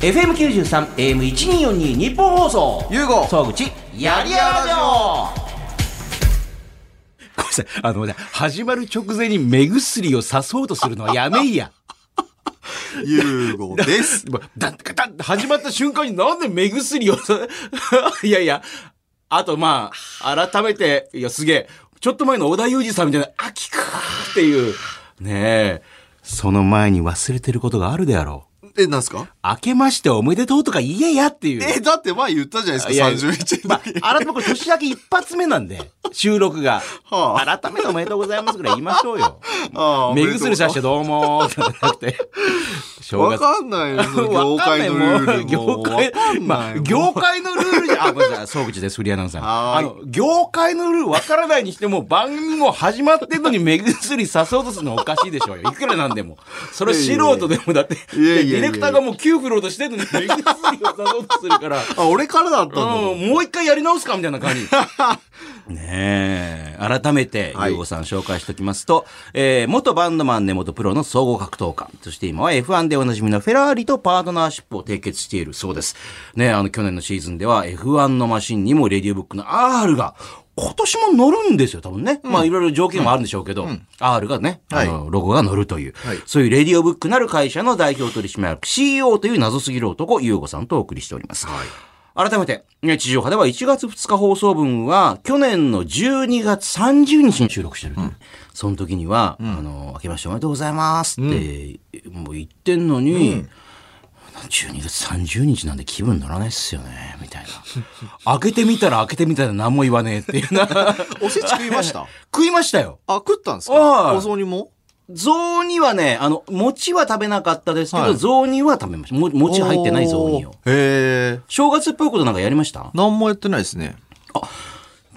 FM93、AM1242 日本放送。ゆうご総口、やりやらじょうごめんなさい。あのね、始まる直前に目薬をさそうとするのはやめいや。ゆうご です。 もうだだだって始まった瞬間になんで目薬を さいやいや、あとまあ、改めて、いやすげえ、ちょっと前の織田裕二さんみたいな、秋かーっていう、ねえ、その前に忘れてることがあるであろう。え、なんすか明けましておめでとうとか言えやっていう。え、だって前言ったじゃないいですか、や31まのあ時、。改めてこれ年明け一発目なんで、収録 が。は改めておめでとうございますぐらい言いましょうよ。 ああ目薬さしてどうもーってなって。正 わ月。かんないよ、その業 わかん界ないのルールもう業も。わ界かんまなあいもん。業界のルールじゃ、あ、ごめんなさい、総口です、フリーアナウンサー。はーあいの、業界のルールわからないにしても、番組も始まってんのに目薬さそうとするのはおかしいでしょうよ。いくらなんでも。それ素人でもだって、いやいやいやでディレクターがもう9振ろうとしてんのに目薬をさそうとするから。あ、俺からだったんだもん。うん、もう一回やり直すかみたいな 感じ。ねえ、改めて、はいゆうごさん紹介しておきますと、えー元バンドマンで元プロの総合格闘家、そして今は F1 でおなじみのフェラーリとパートナーシップを締結しているそうです。ねえあの、去年のシーズンでは F1 のマシンにもレディーブックの R が、今年も乗るんですよ、多分ね。まあ、いろいろ条件はあるんでしょうけど、R がね、あの、ロゴが乗るという、はいそういうレディオブックなる会社の代表取締役 CEO という謎すぎる男、ゆうごさんとお送りしております。改めて、ね地上波では1月2日放送分は、去年の12月30日に収録してる。その時には、あの、明けましておめでとうございますって、もう言ってんのに、12月30日なんで気分乗らないっすよね、みたいな。 開けてみたら開けてみたら何も言わねえっていう な。おせち食いま した食いましたよ。あ、食ったんですああかお雑煮も雑煮はね、あの、餅は食べなかったですけど、はい雑煮は食べました。も餅入ってない雑煮を。。おーへえ。正月っぽいことなんかやりました何もやってないですね。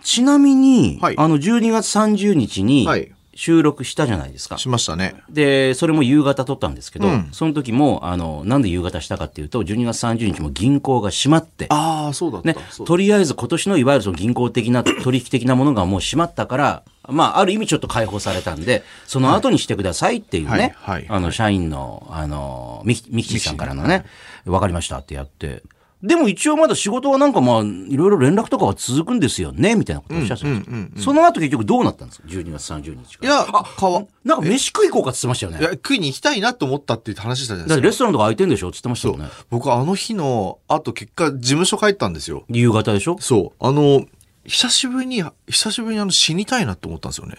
ちなみに、はいあの、12月30日にはい収録したじゃないですか。しましたね。で、それも夕方撮ったんですけど、うんその時も、あの、なんで夕方したかっていうと、12月30日も銀行が閉まって、ああ、そうだった。ね、そうだとりあえず今年のいわゆるその銀行的な取引的なものがもう閉まったから、まあ、ある意味ちょっと解放されたんで、その後にしてくださいっていうね、はいはいあの、社員の、あの、ミキミキシーさんからのね、わかりましたってやって、でも一応まだ仕事はなんかまあ、いろいろ連絡とかは続くんですよね、みたいなことをおっしゃってたんですよその後結局どうなったんですか ?12 月30日かいら。や、かわ、なんか飯食い行こうかって言ってましたよいやね。食いに行きたいなと思ったっていう話したじゃないだですってか。レストランとか空いてんでしょって言ってましたよね。僕、あの日の、あと結果、事務所帰ったんですよ。夕方でしょそう。あの、久しぶりに、久しぶりにあの死にたいなって思ったんですよね。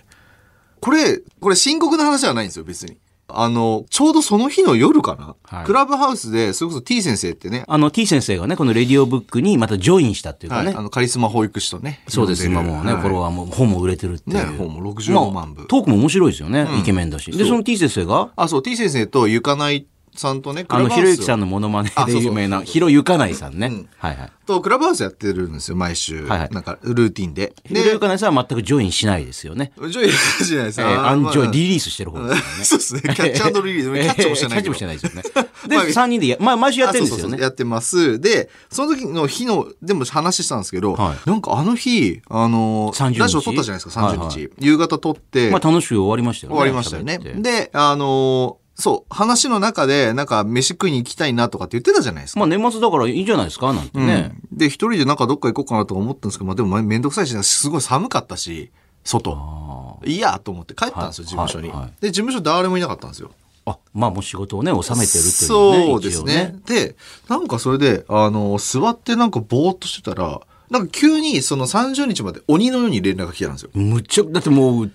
これ、これ深刻な話じゃないんですよ、別に。あの、ちょうどその日の夜かな、はいクラブハウスで、それこそ T 先生ってね、あの、t 先生がね、このレディオブックにまたジョインしたっていうかはい、ねあ。の、カリスマ保育士とね。そうです、呼ん今るもうね、はいフォロワーも、本も売れてるっていう。ね本も65万部まあトークも面白いですよね、イケメンだし。で、その T 先生が、あ、そう、T 先生とゆかないさんとね、クあラブの、ハひろウゆスきさんのモノマネあそうでそう有名な、ひろゆかないさんね。うんはいはい。とクラブハウスやってるんですよ、毎週。はいはいなんか、ルーティンで。ひろゆかないさんは全くジョインしないですよね。ジョイじゃないですえか。ー、アンジョイ、ーリリースしてる方ですよね。そうですね。キャッチアンドリリース。キャ ッチもしてないけど。キャッチもしてないですよね。 まあで、三人でや、まあ、毎週やってるんですあそうそようそうね。やってます。で、その時の日の、でも話したんですけど、はいなんかあの日、あの、 30日ラジオ撮ったじゃないですか、30日。はいはい夕方撮って、まあ、楽しく終わりましたよね。終わりましたよね。喋ってで、あの、そう、話の中で、なんか飯食いに行きたいなとかって言ってたじゃないですか。まあ、年末だからいいんじゃないですかなんてね。うんで、一人でなんかどっか行こうかなとか思ったんですけど、まあでもまあめんどくさいし、すごい寒かったし、外。あいやと思って帰ったんですよ、はい事務所に。はいはいで、事務所誰もいなかったんですよ。ーあ、まあ、もう仕事をね、収めてるっていうね。そうですね。で、なんかそれで、あの、座ってなんかぼーっとしてたら、なんか急にその30日まで鬼のように連絡が来たんですよ。むっちゃ、だってもう、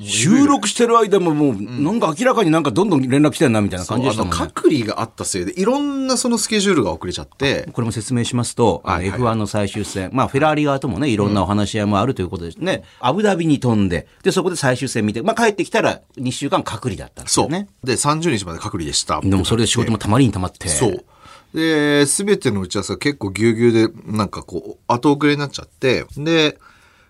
収録してる間ももう、なんか明らかになんかどんどん連絡来てんなみたいな感じであしたの、もんね。隔離があったせいで、いろんなそのスケジュールが遅れちゃって、これも説明しますと、あのはいはい F1 の最終戦、まあ、フェラーリ側ともね、いろんなお話し合いもあるということですね、アブダビに飛んで、で、そこで最終戦見て、まあ、帰ってきたら2週間隔離だったんですそよう。ね。で、30日まで隔離でした。でもそれで仕事もたまりにたまって。そう。で、すべての打ち合わせが結構ぎゅうぎゅうで、なんかこう、後遅れになっちゃって、で、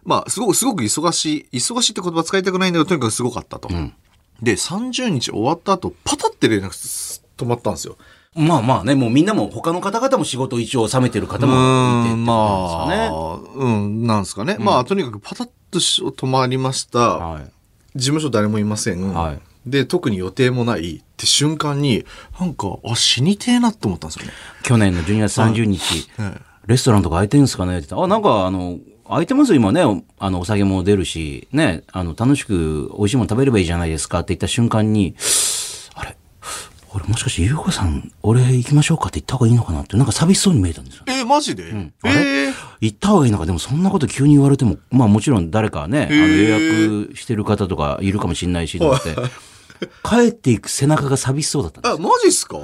まあ、すごく、すごく忙しい、忙しいって言葉使いたくないんだけど、とにかくすごかったと。で、30日終わった後、パタって連絡す止まったんですよ。まあまあね、もうみんなも他の方々も仕事を一応収めてる方もいてってことなんですよあ、ね。うん、なんですかね。まあ、とにかくパタッとし止まりました。はい事務所誰もいません。はいで、特に予定もないって瞬間に、なんか、あ、死にてえなって思ったんですよね。去年の12月30日、レストランとか開いてるんですかねって言ったらあ、なんかあの、開いてますよ今ね、おあの、お酒も出るし、ね、あの、楽しく美味しいもの食べればいいじゃないですかって言った瞬間に、あれ俺もしかして、ゆうこさん、俺行きましょうかって言った方がいいのかなって、なんか寂しそうに見えたんですよ。えー、マジで、えー、行った方がいいのか、でもそんなこと急に言われても、まあもちろん誰かね、あのへえ予約してる方とかいるかもしれないし、と思って、帰っていく背中が寂しそうだったんですあ、マジっすか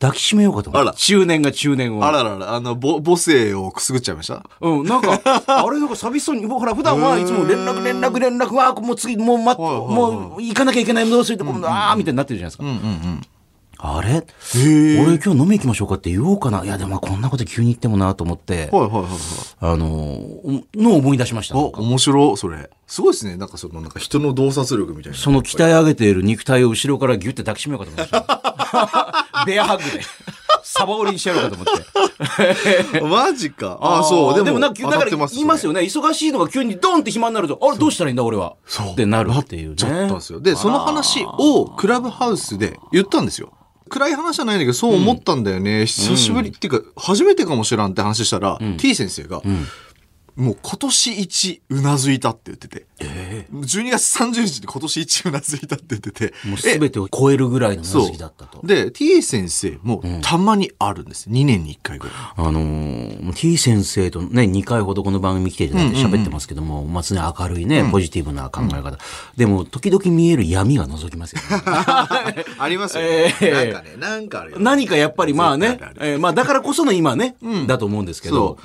抱きしめようかと思っあてら。中年が中年を。あららら、あの、ぼ母性をくすぐっちゃいましたうん、な んか、あれなんか寂しそうに、ほら、普段はいつも連絡、連絡、連絡、わあ、もう次、もう待っはいはいはいもう行かなきゃいけない、どうするって、今度、ああ、みたいになってるじゃないですか。あれへ俺今日飲み行きましょうかって言おうかな。いや、でもまあこんなこと急に言ってもなと思って、はいはいはいはい。あのー、のを思い出しました。あ、面白い、それ。すごいですね。なんかその、なんか人の洞察力みたいな。その鍛え上げている肉体を後ろからギュッて抱きしめようかと思い ました。 ベアハグで。サバ折りにしてやろうかと思って。マジか。あそう。でも、なんか、だから言いますよ。よね。忙しいのが急にドンって暇になると、あれどうしたらいいんだ俺は。そうってなるっていうね。それだったんですよ。で、その話をクラブハウスで言ったんですよ。暗い話じゃないんだけど、そう思ったんだよね。久しぶりっていうか、初めてかもしらんって話したら、T 先生が、もう今年一うなずいたって言ってて。12月30日で今年一うなずいたって言ってて。もう全てを超えるぐらいのそ好きだったとう。。で、T 先生もたまにあるんです。2年に1回ぐらい。あのー、T 先生とね、2回ほどこの番組来ていただいて喋ってますけども、まあ常に明るいね、ポジティブな考え方。でも、時々見える闇が覗きますよね。 ありますよ、ねなんかね、なんかあるよ 何かやっぱりまあね絶対ある、えーまあだからこその今ね、だと思うんですけどそ、う。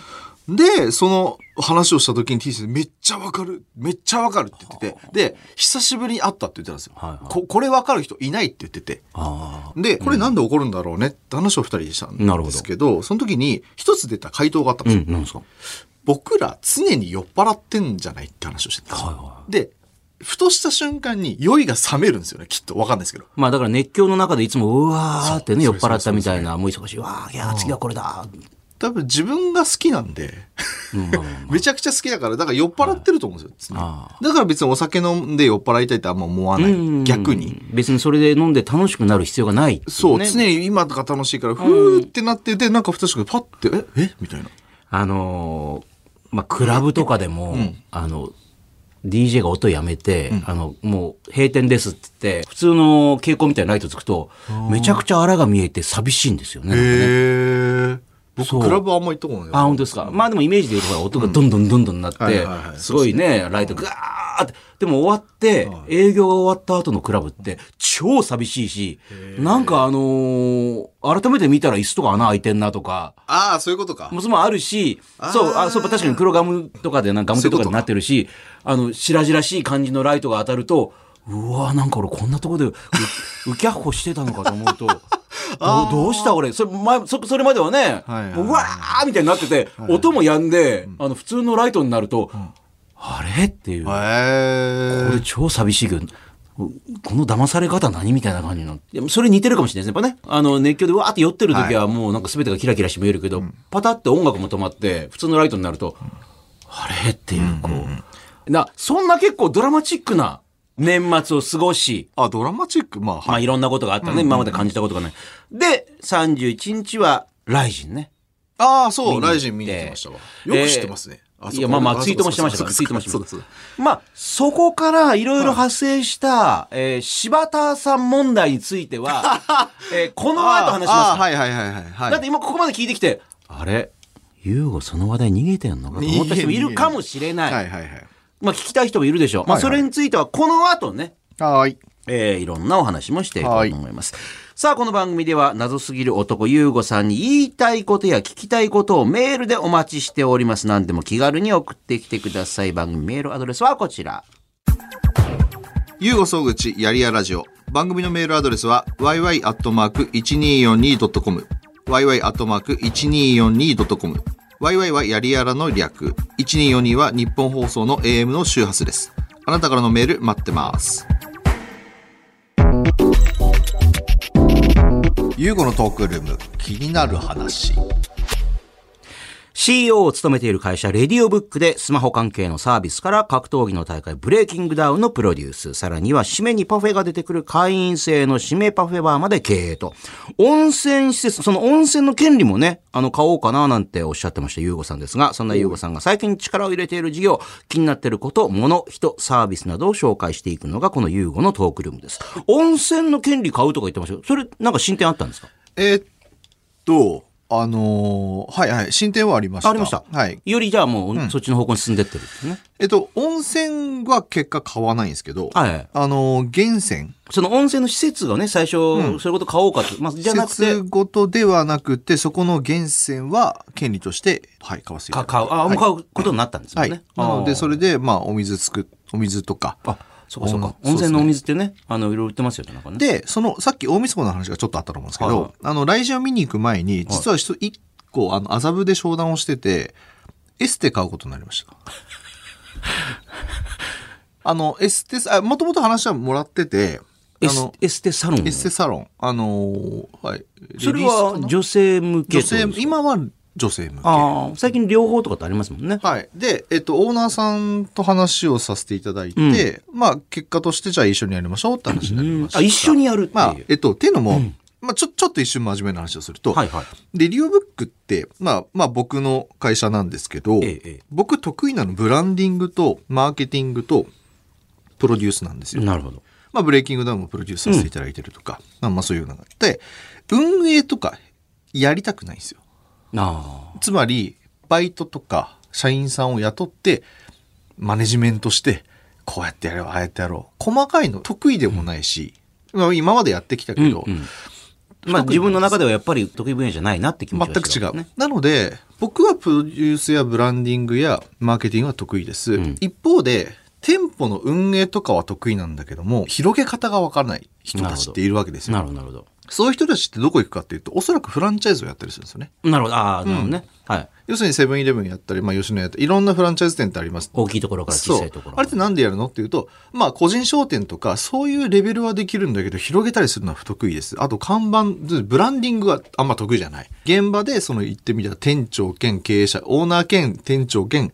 で、その話をした時に T 先生、めっちゃわかる、めっちゃわかるって言ってて、で、久しぶりに会ったって言ってたんですよ。はいはいここれわかる人いないって言ってて。あで、これなんで起こるんだろうねって話を二人でしたんなるほどですけど、その時に一つ出た回答があったんあ、でうすよ。ん、なんですか。僕ら常に酔っ払ってんじゃないって話をしてたんですよ。はいはで、ふとした瞬間に酔いが冷めるんですよね、きっと。わかんないですけど。まあだから熱狂の中でいつもうわーってね、そ酔うっ払ったみたいな、もう忙しい、わー、いやー、次はこれだー。多分自分が好きなんで、うんまあまあま あめちゃくちゃ好きだから、だから酔っ払ってると思うんですよ、あ常にだから別にお酒飲んで酔っ払いたいってあんま思わない。逆に。うん別にそれで飲んで楽しくなる必要がないっていねそう、常に今が楽しいから、ふーってなってて、なんかふたしくパッて、ええみたいな。あのーまあクラブとかでも、あの DJ が音やめて、あのもう閉店ですって言って普通の蛍光みたいなライトつくとめちゃくちゃ荒が見えて寂しいんですよね。なんかねへえ。そう僕、クラブあんま行ったことない。あ、本当ですか。まあでもイメージで言うと、ほら、音がどんどんどんどんなってはいはいは、いすごいね、ライトガーって。でも終わって、営業が終わった後のクラブって、超寂しいし、なんかあのー改めて見たら椅子とか穴開いてんなとか、ああ、そういうことか。もうそれもあるし、あーそう、あ、そう、確かに黒ガムとかで、なんかガムテとかそういうことにかなってるし、あの、白々しい感じのライトが当たると、うわなんか俺こんなとこでう、うきゃっほしてたのかと思う と、どうどうした俺それ前そそれまではね、はいはいはいもううわーみたいになってて、音もやんで、あの普通のライトになると、あれっていう、へこえ。れ超寂しいけど、うこの騙され方何みたいな感じの。でもそれ似てるかもしれないですね。やっぱね、あの熱狂でわーって酔ってる時はもうなんか全てがキラキラして見えるけど、パタって音楽も止まって、普通のライトになると、あれっていう、こう。な、そんな結構ドラマチックな年末を過ごし、あ、ドラマチックまあ、まはあい。いろんなことがあったね、今まで感じたことがない。で、31日は、ライジンね。ああ、そう、見に行ってライジン見に行ってましたわ。よく知ってますね。えーあいや、まあまあ、ツイートもしてましたから、ツイートもしてましたから。まあ、そこからいろいろ派生した、えー柴田さん問題について は、えーこの後話しますああ、かはいはいはいはいはら。い。だって今ここまで聞いてきて、あれ、ユーゴその話題逃げてんのかと思った人もいるかもしれない。はいはいはい。まあ、聞きたい人もいるでしょう。まあ、はいはそいれについてはこの後ね、はーい。えーいろんなお話もしていこうと思います。さあ、この番組では、謎すぎる男、ゆうごさんに言いたいことや聞きたいことをメールでお待ちしております。何でも気軽に送ってきてください。番組メールアドレスはこちら。ゆうご総口やりやラジオ。番組のメールアドレスは、yy.1242.com。yy.1242.com。yy はやりやらの略。1242は日本放送の AM の周波数です。あなたからのメール待ってます。ゆうごのトークルーム、気になる話。 CEO を務めている会社、レディオブックでスマホ関係のサービスから格闘技の大会、ブレイキングダウンのプロデュース、さらには締めにパフェが出てくる会員制の締めパフェバーまで経営と、温泉施設、その温泉の権利もね、あの、買おうかななんておっしゃってました、ゆうごさんですが、そんなゆうごさんが最近力を入れている事業、気になっていること、物、人、サービスなどを紹介していくのが、このゆうごのトークルームです。温泉の権利買うとか言ってましたけど、それ、なんか進展あったんですかえーっと、あのーはいはい、進展はありました。ありました。はい。よりじゃあもう、そっちの方向に進んでってるんですね。えっと、温泉は結果買わないんですけど、はいあのー源泉、その温泉の施設がね、最初、それごと買おうかと。まあ、じゃ施なくて設、ごとではなくて、そこの源泉は権利として、はい、買わせていたかだき買う、あ、もう買うことになったんですもはい。んね。なので、れ、それで、まあ、お水つく、お水とか。あ、そうかそうか。うん温泉のお水ってね、あの、いろいろ売ってますよね、なんかね。、で、その、さっき大晦日の話がちょっとあったと思うんですけはいど、はいあの、来週見に行く前に、実は一一個、あの、麻布で商談をしてて、エステ買うことになりま した。あの、エステサ、あ、もともと話はもらってて、あエスの、エステサロン。エステサロン、あのーはい。そレれディースかはな女性向女けってことで性すか、今は女性向け。ああ、最近両方とかってありますもんね。はい。で、えっと、オーナーさんと話をさせていただいて、まあ、結果として、じゃあ一緒にやりましょうって話になりました。あ、一緒にやるっていう。まあ、えっと、っていうのも、まあ、ちょ、ちょっと一瞬真面目な話をすると、はいはい。レディオブックって、まあ、まあ、僕の会社なんですけど、ええええ僕得意なのブランディングと、マーケティングと、プロデュースなんですよ。なるほど。まあ、ブレイキングダウンもプロデュースさせていただいてるとか、まあまあ、そういうのがあって、運営とか、やりたくないんですよ。あつまりバイトとか社員さんを雇ってマネジメントしてこうやってやろうああやってやろう細かいの得意でもないし、まあ今までやってきたあ。けど、うんうんまあ、自分の中ではやっぱり得意分野じゃないなって気持ち全がく違う、ねなので僕はプロデュースやブランディングやマーケティングは得意です、ん一方で店舗の運営とかは得意なんだけども広げ方がわからない人たちっているわけですなるよほど、なるほど。そういう人たちってどこ行くかっていうとおそらくフランチャイズをやったりするんですよねなるほど、ああ、なるほどね。はい。要するにセブンイレブンやったり、まあ、吉野家やったりいろんなフランチャイズ店ってあります大きいところから小さいとそこうろ。あれってなんでやるのっていうと、まあ、個人商店とか、そういうレベルはできるんだけど、広げたりするのは不得意です。あと、看板、ブランディングはあんま得意じゃない。現場で、その、言ってみたら、店長兼経営者、オーナー兼店長兼っ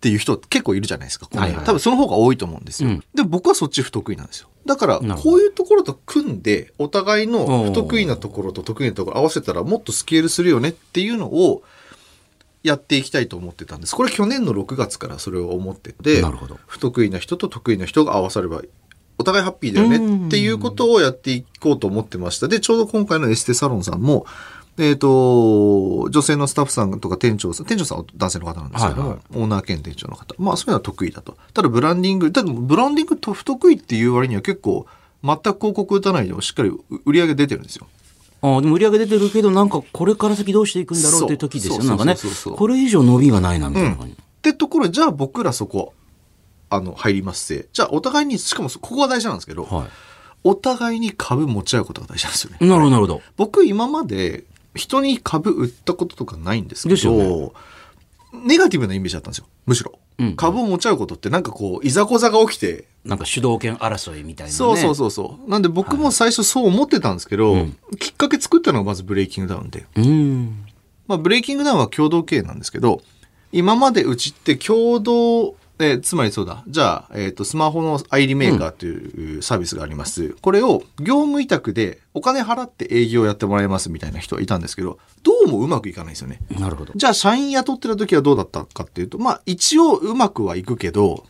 ていう人結構いるじゃないですか。この辺はいはい多分その方が多いと思うんですよ。うんで、僕はそっち不得意なんですよ。だからなる、ほこどういうところと組んで、お互いのおー不得意なところと得意なところ合わせたら、もっとスケールするよねっていうのを、やっていきたいと思ってたんです。これ去年の6月からそれを思ってて、なるほど不得意な人と得意な人が合わさればお互いハッピーだよねっていうことをやっていこうと思ってました。で、ちょうど今回のエステサロンさんも、えっ、と、女性のスタッフさんとか店長さん、店長さんは男性の方なんですけども、はいオーナー兼店長の方。まあそういうのは得意だと。ただブランディング、ただブランディングと不得意っていう割には結構全く広告打たないでもしっかり売り上げ出てるんですよ。ああ、でも売り上げ出てるけど、なんかこれから先どうしていくんだろうっていう時ですよそね。うなんかねそうそうそうそ。うこれ以上伸びがないな、みたいな感じ。ってところでじゃあ僕らそこあの入りますせじゃあお互いにしかもそここが大事なんですけど、はお互いに株持ち合うことが大事なんですよねい。なるほど、なるほど。僕今まで人に株売ったこととかないんですけですよねどネガティブなイメージだったんですよむしろ、うん株を持ち合うことってなんかこういざこざが起きてなんか主導権争いみたいなね。そうそうそうそうなんで僕も最初そう思ってたんですけど、うんきっかけ作ったのがまずブレイキングダウンでう。うん。まあ、ブレイキングダウンは共同経営なんですけど、今までうちって共同、えーつまりそうだ、じゃあ、えっ、と、スマホのアイリメーカーというサービスがあります。これを業務委託でお金払って営業やってもらいますみたいな人がいたんですけど、どうもうまくいかないんですよね。なるほど。じゃあ、社員雇ってた時はどうだったかっていうと、まあ、一応うまくはいくけど、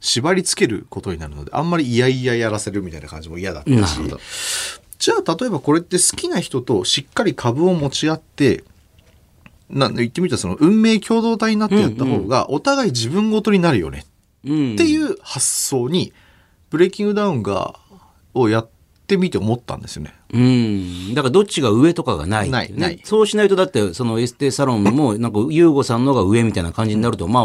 縛り付けることになるので、あんまりいやいややらせるみたいな感じも嫌だっなたるしほ、ど。じゃあ例えばこれって好きな人としっかり株を持ち合ってな言ってみたらその運命共同体になってやった方がお互い自分ごとになるよねうん。。っていうう発想にブレイキングダウンがをやってみて思ったんですよね。ん。だからどっちが上とかがないってうねないないそうしないとだって、そのエステサロ ンも、なんか、ユーゴさんのが上みたいな感じになると、まあ、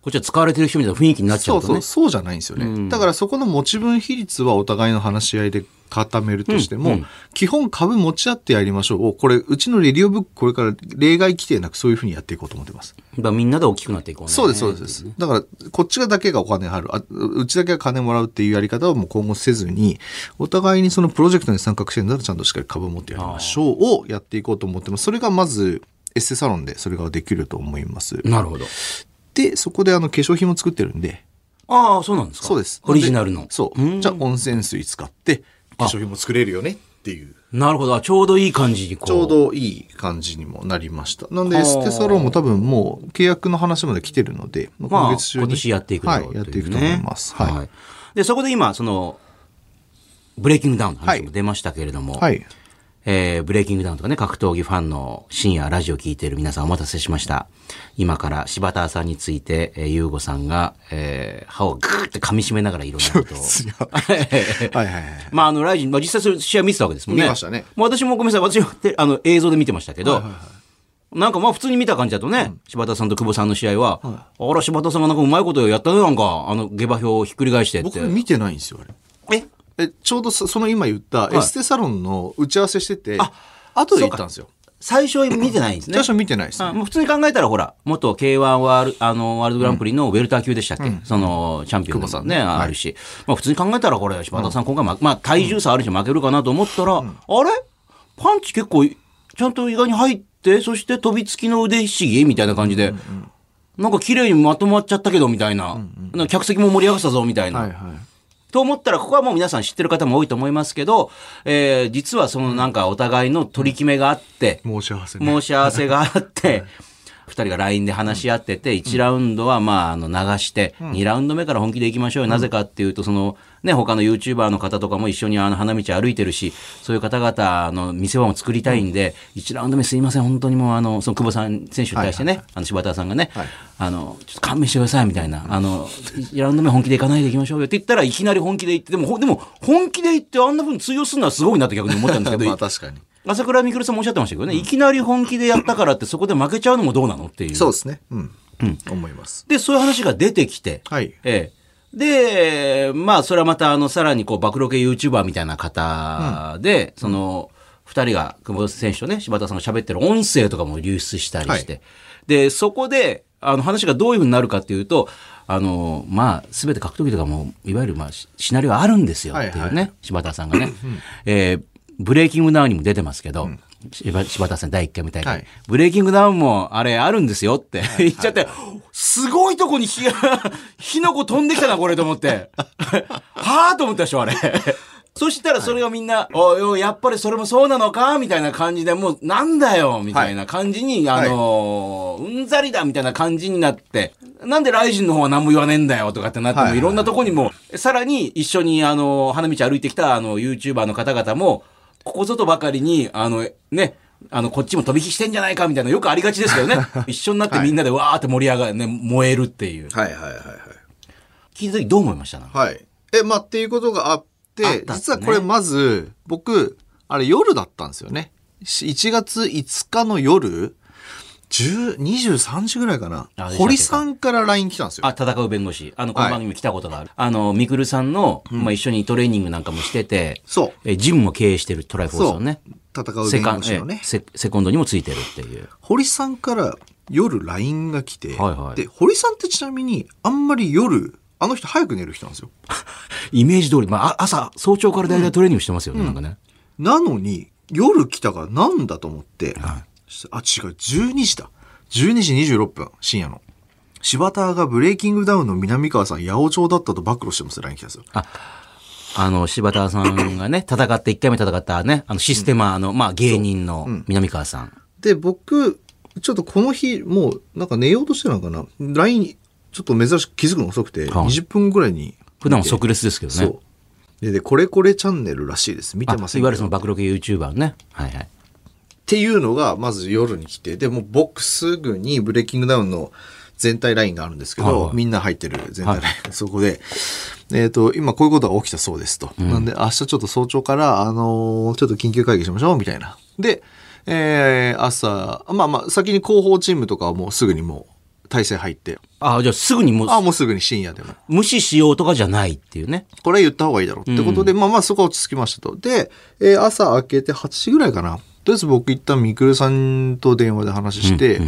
こっちは使われてる人みたいな雰囲気になっちゃそううとそうね。そうじゃないんですよね、うんだからそこの持ち分比率はお互いの話し合いで固めるとしても、うんうん基本株持ち合ってやりましょうをこれうちのレディオブックこれから例外規定なくそういうふうにやっていこうと思ってます。だからみんなで大きくなっていこうね。そうです、そうです。だから、こっちだけがお金払うあ、うちだけが金もらうっていうやり方はもう今後せずに、お互いにそのプロジェクトに参画してるならちゃんとしっかり株を持ってやりましょうをやっていこうと思ってます。それがまず、エッセサロンでそれができると思います。なるほど。で、そこであの化粧品も作ってるんで、ああ、そうなんですかそうです。オリジナルの。そう。じゃあ温泉水使って化粧品も作れるよねっていう。なるほど。あちょうどいい感じにこう。ちょう。どいい感じにもなりました。なんで、エステサロンも多分もう契約の話まで来てるので、まあまあ、今月中に。今年やっていくだろうはい、とやうっていくねと思います。はい。はい。で、そこで今、その、ブレイキングダウンの話も出ましたけれども、えーブレイキングダウンとかね、格闘技ファンの深夜ラジオ聞いている皆さんお待たせしました。今から柴田さんについて、えー、ゆうごさんが、えー歯をグーって噛み締めながらいろんな ことを。 はいはいはい。まあ、あの、ライジン、まあ、実際それ試合見てたわけですもんね。見ましたねもう私もごめんなさい、私はてあの映像で見てましたけど、なんかまあ普通に見た感じだとね、柴田さんと久保さんの試合は、あら、柴田さんがなんかうまいことやったね、なんか、あの、下馬評をひっくり返してって僕。見てないんですよ、あれ。ええ、ちょうどそその今言ったエステサロンの打ち合わせしてて、あ、後で行ったんですよ。最初見てないんですね。最 初見てないですあね。もう普通に考えたらほら、元 K1 ワールあのワールドグランプリのウェルター級でしたっけ、そのチャンピオン久も保さんね、ねあるし、まあ普通に考えたらこれ、柴田さん今回、ままあ体重差あるし負けるかなと思ったら、あれパンチ結構ちゃんと意外に入って、そして飛びつきの腕ひしぎみたいな感じで、なんか綺麗にまとまっちゃったけどみたいな、なんか客席も盛り上がったぞみたいな。はいはい。と思ったら、ここはもう皆さん知ってる方も多いと思いますけど、えー実はそのなんかお互いの取り決めがあって、申し合わせね。申し合わせがあって、2人が LINE で話し合ってて、1ラウンドはまああの流して、2ラウンド目から本気でいきましょうよ。なぜかっていうと、そのね、他の YouTuber の方とかも一緒にあの花道歩いてるし、そういう方々の見せ場も作りたいんで、1ラウンド目すいません、本当にもうあの、その久保さん選手に対してね、あの柴田さんがね、あの、ちょっと勘弁してくださいみたいな、あの、1ラウンド目本気でいかないでいきましょうよって言ったらいきなり本気でいって、でも、ほでも本気でいってあんな風に通用するのはすごいなって逆に思ったんですけど、まあ確かに。朝倉未来さんもおっしゃってましたけどね、いきなり本気でやったからってそこで負けちゃうのもどうなのっていう。そうですね。うん。思います。で、そういう話が出てきて、はいええ。で、まあ、それはまた、あの、さらに、こう、暴露系 YouTuber みたいな方で、その、二人が、久保選手とね、柴田さんが喋ってる音声とかも流出したりして、はで、そこで、あの、話がどういうふうになるかっていうと、あの、まあ、すべて格闘技とかも、いわゆる、まあ、シシナリオはあるんですよ、っていうね、はいは柴田さんがね。えーブレイキングダウンにも出てますけど、柴柴田さん第1回みたいに、はいブレイキングダウンもあれあるんですよって言っちゃって、すごいとこに火が、 火の粉飛んできたな、これと思って。 はぁと思ったでしょ、あれ。 そしたらそれがみんな、おいおいやっぱりそれもそうなのかみたいな感じで、もうなんだよみたいな感じに、はいあのーうんざりだみたいな感じになって、なんでライジンの方は何も言わねえんだよとかってなってはも、いいろんなとこにも、さらに一緒にあの、花道歩いてきたあの、YouTuber の方々も、ここぞとばかりに、あの、ね、あの、こっちも飛び火してんじゃないかみたいな、よくありがちですけ どね。一緒になってみんなでわーって盛り上がる、ね、燃えるっていう。はいはいはいはい。聞いた時どう思いましたなんかはい。え、まあ、っていうことがあって、あったっす実はねこれまず、僕、あれ夜だったんですよね。し1月5日の夜、10 23時ぐらいかなあ。堀さんから LINE 来たんですよ。あ、戦う弁護士。あの、このはい番組来たことがある。あの、みくるさんの、まあ、一緒にトレーニングなんかもしてて、そうえ、ジムも経営してるトライフォースそをう。ね。戦うセ弁カ護ン士のねえ。セセコンドにもついてるっていう。堀さんから夜 LINE が来て、はいはいで、堀さんってちなみに、あんまり夜、あの人早く寝る人なんですよ。イメージ通り、まあ、あ朝、早朝から大体トレーニングしてますよね、なんかね。なのに、夜来たからなんだと思って、あ、違う、12時だ。12時26分、深夜の。柴田がブレイキングダウンの南川さん、八百長だったと暴露してます、LINE 来たんですよ。あの、柴田さんが ね、戦って、1回目戦ったね、あの、システマーの、まあ、芸人の南川さん。で、僕、ちょっとこの日、もう、なんか寝ようとしてたのかな。LINE、ちょっと珍しく気づくの遅くて、はい20分ぐらいに。普段は即レスですけどね。そう。で、でこれこれチャンネルらしいです。見てまあせいんわかゆるその暴露系 YouTuber のね。はいはい。っていうのが、まず夜に来て、で、もう僕すぐにブレイキングダウンの全体ラインがあるんですけど、はいはいみんな入ってる全体ライン、そこで、えっ、と、今こういうことが起きたそうですと。なんで、明日ちょっと早朝から、あのーちょっと緊急会議しましょう、みたいな。で、えー朝、まあまあ、先に広報チームとかはもうすぐにもう体制入って、あ、じゃあすぐにもう、あ、もうすぐに深夜でも。無視しようとかじゃないっていうね。これは言った方がいいだろうってことで、まあまあそこは落ち着きましたと。で、えー朝明けて8時ぐらいかな。とりあえず僕一旦みくるさんと電話で話して、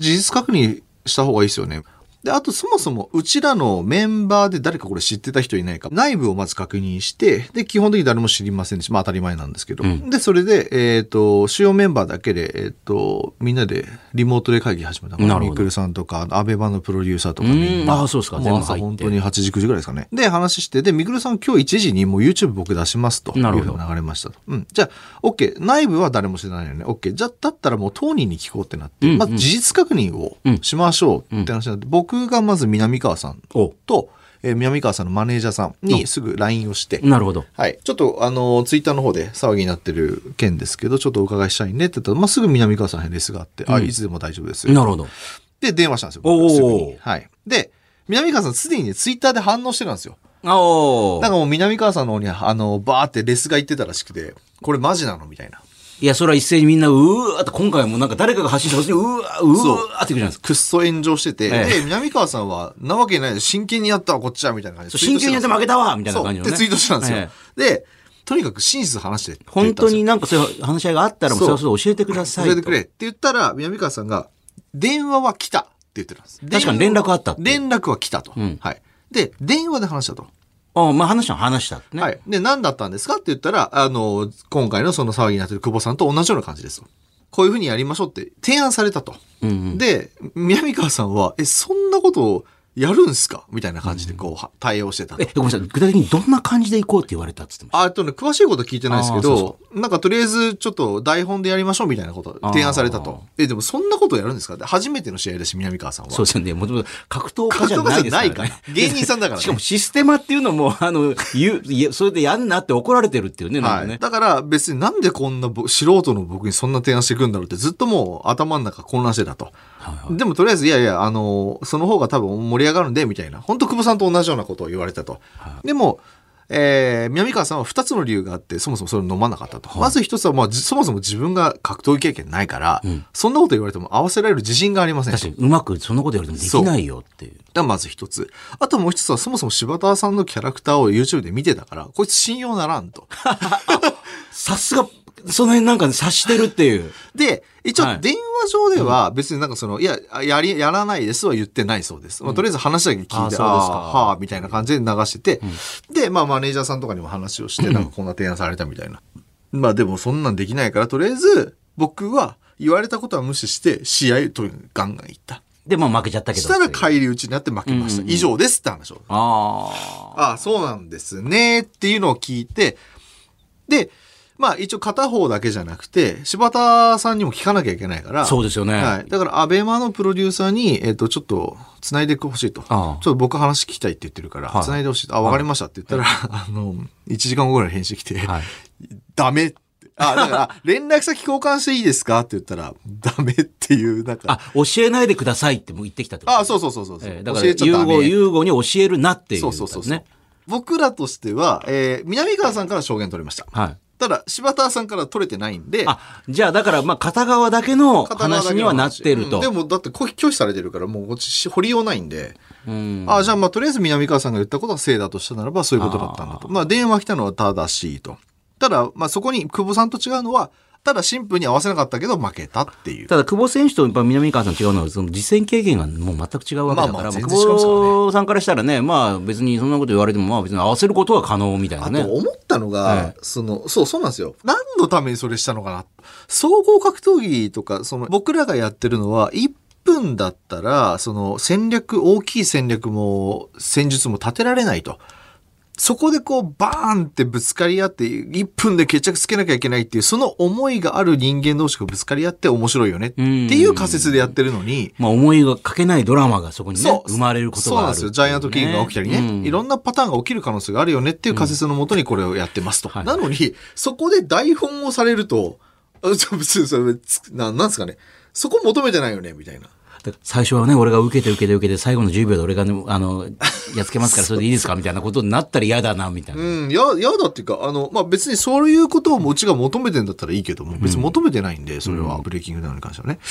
事実確認した方がいいですよね。で、あとそもそも、うちらのメンバーで誰かこれ知ってた人いないか、内部をまず確認して、で、基本的に誰も知りませんでした。まあ当たり前なんですけど。で、それで、えっ、と、主要メンバーだけで、えっ、と、みんなでリモートで会議始めたのなるほどミクルさんとか、アベバのプロデューサーとかうみんんな。あーそうですかもう朝全部入っ本て当に8時、9時ぐらいですかね。で、話して、で、みくるさん今日1時にもう YouTube 僕出しますと。なるほどいうのが流れましたと。うん。じゃあ、OK。内部は誰も知らないよね。OK。じゃあ、だったらもう当人に聞こうってなって、まず事実確認をしましょうって話になって、僕がまず南川さんおと、えー南川さんのマネージャーさんにすぐ LINE をして、なるほど。はい。ちょっと、あの、ツイッターの方で騒ぎになってる件ですけど、ちょっとお伺いしたいねって言ったら、まあ、すぐ南川さんへレスがあって、あ、いつでも大丈夫です。なるほど。で、電話したんですよ。おーすぐにはい。で、南川さんすでにね、ツイッターで反応してるんですよ。あおなんかもう南川さんの方に、あの、バーってレスが言ってたらしくて、これマジなのみたいな。いや、それは一斉にみんな、うーあと今回もなんか誰かが発信した時に、うーわ、うそうーあっていくじゃないですか。くっそ炎上してて、ええで、南川さんは、なわけないです真剣にやったわ、こっちは、みたいな感じで。真剣にやって負けたわみたいなそう感じのね。でツイートしたんですよ。ええで、とにかく真実話してって言本ったん当ですよ。になんかそういう話し合いがあったら、そそうれはそれで教えてください教と。えてくれって言ったら、南川さんが、電話は来たって言ってたんです。確かに連絡あったって連絡は来たと。はい。で、電話で話したと。ああまあ話したの話したってね。はい。で、何だったんですかって言ったら、あの、今回のその騒ぎになってる久保さんと同じような感じですと。こういうふうにやりましょうって提案されたと。で、南川さんは、え、そんなことをやるんすかみたいな感じでこう、は対応してたとえ、ごめんなさい。具体的にどんな感じで行こうって言われたっつってましあえっとね、詳しいこと聞いてないですけあど、ーそなんかとりあえずちょっと台本でやりましょうみたいなこと提案されたと。え、でもそんなことやるんですかって初めての試合だし、南川さんは。た。そうですよね。もともと格闘家じゃない格闘家ですから、ね。じゃ ないから芸人さんだからねしかもシステマっていうのも、 あの、言う、いやそれでやんなって怒られてるっていうね、なんはかい。ね。だから別になんでこんなぼ素人の僕にそんな提案してくんだろうってずっともう頭の中混乱してたと。でもとりあえず、いやいや、あの、その方が多分盛り上がるんで、みたいな。本当久保さんと同じようなことを言われたと。でも、えー、南川さんは2つの理由があって、そもそもそれを飲まなかったと。まず1つは、まあ、じそもそも自分が格闘技経験ないから、そんなこと言われても合わせられる自信がありませんと確かに、うまくそんなことやるでもできないよっていう。がまず一つ。あともう一つは、そもそも柴田さんのキャラクターを YouTube で見てたから、こいつ信用ならんと。さすが、その辺なんか察してるっ ていう。で、一は応い電話上では別になんかその、い、や、あやり、やらないですは言ってないそうです。まあ、とりあえず話だけ聞いて、ああそうですかあはあ、みたいな感じで流してて、で、まあマネージャーさんとかにも話を して、なんかこんな提案されたみたいな。まあでもそんなんできないから、とりあえず僕は言われたことは無視して、試合とガンガン行った。で、まあ負けちゃったけどっしていたう。ら返り討ちになって負けました。以上ですって話を。あああ、そうなんですね、っていうのを聞いて、で、まあ一応片方だけじゃなくて、柴田さんにも聞かなきゃいけないから。そうですよねはい。だから、アベマのプロデューサーに、えっ、と、ちょっと、繋いでほしいと。ちあょあっと僕話聞きたいって言ってるから、はい繋いでほしいと。あ、わかりましたって言ったら、 あの、1時間後ぐらいに返信来て、はいダメって。あ、だから、連絡先交換していいですかって言ったら、ダメっていう、なんあ。か、あ、教えないでくださいってもう言ってきたってことあ、そうそうそうそうそう、えーだか教ら、えちゃ融ダメ合、融合に教えるなっていう、そうね。そうそうそう。僕らとしては、えー南川さんから証言取れました。はい。ただ、柴田さんから取れてないんで、あ、じゃあだから、まあ、片側だけの片側だ話けにのはなってると。うんでも、だって拒否拒否されてるから、もうこっち掘りようないんで、うんあじゃあ、まあ、とりあえず南川さんが言ったことは正だとしたならば、そういうことだったんだと。まあ、電話来たのは正しいと。ただ、まあ、そこに久保さんと違うのは、ただ、新婦に合わせなかったけど、負けたっていう。ただ、久保選手とやっぱ南川さん違うのは、その実戦経験がもう全く違うわけだまあから、まあまあ全久然違いますからね保さんからしたらね、まあ別にそんなこと言われても、まあ別に合わせることは可能みたいなあね。と思ったのが、はいその、そう、そうなんですよ。何のためにそれしたのかな。総合格闘技とか、その、僕らがやってるのは、1分だったら、その、戦略、大きい戦略も、戦術も立てられないと。そこでこう、バーンってぶつかり合って、1分で決着つけなきゃいけないっていう、その思いがある人間同士がぶつかり合って面白いよねっていう仮説でやってるのに、まあ思いがかけないドラマがそこにね、生まれることがそあるうなんですよ。ジャイアントキリングが起きたりね、うんいろんなパターンが起きる可能性があるよねっていう仮説のもとにこれをやってますと。はいなのに、そこで台本をされると、あちょ別にそれつななんですかね。そこ求めてないよね、みたいな。だから最初はね、俺が受けて受けて受けて、最後の10秒で俺がね、あの、やっつけますからそれでいいですかみたいなことになったら嫌だな、みたいな。うん、や、やだっていうか、あの、まあ、別にそういうことをもうちが求めてんだったらいいけども、別に求めてないんで、それは、ブレイキングダウンに関してはね。だか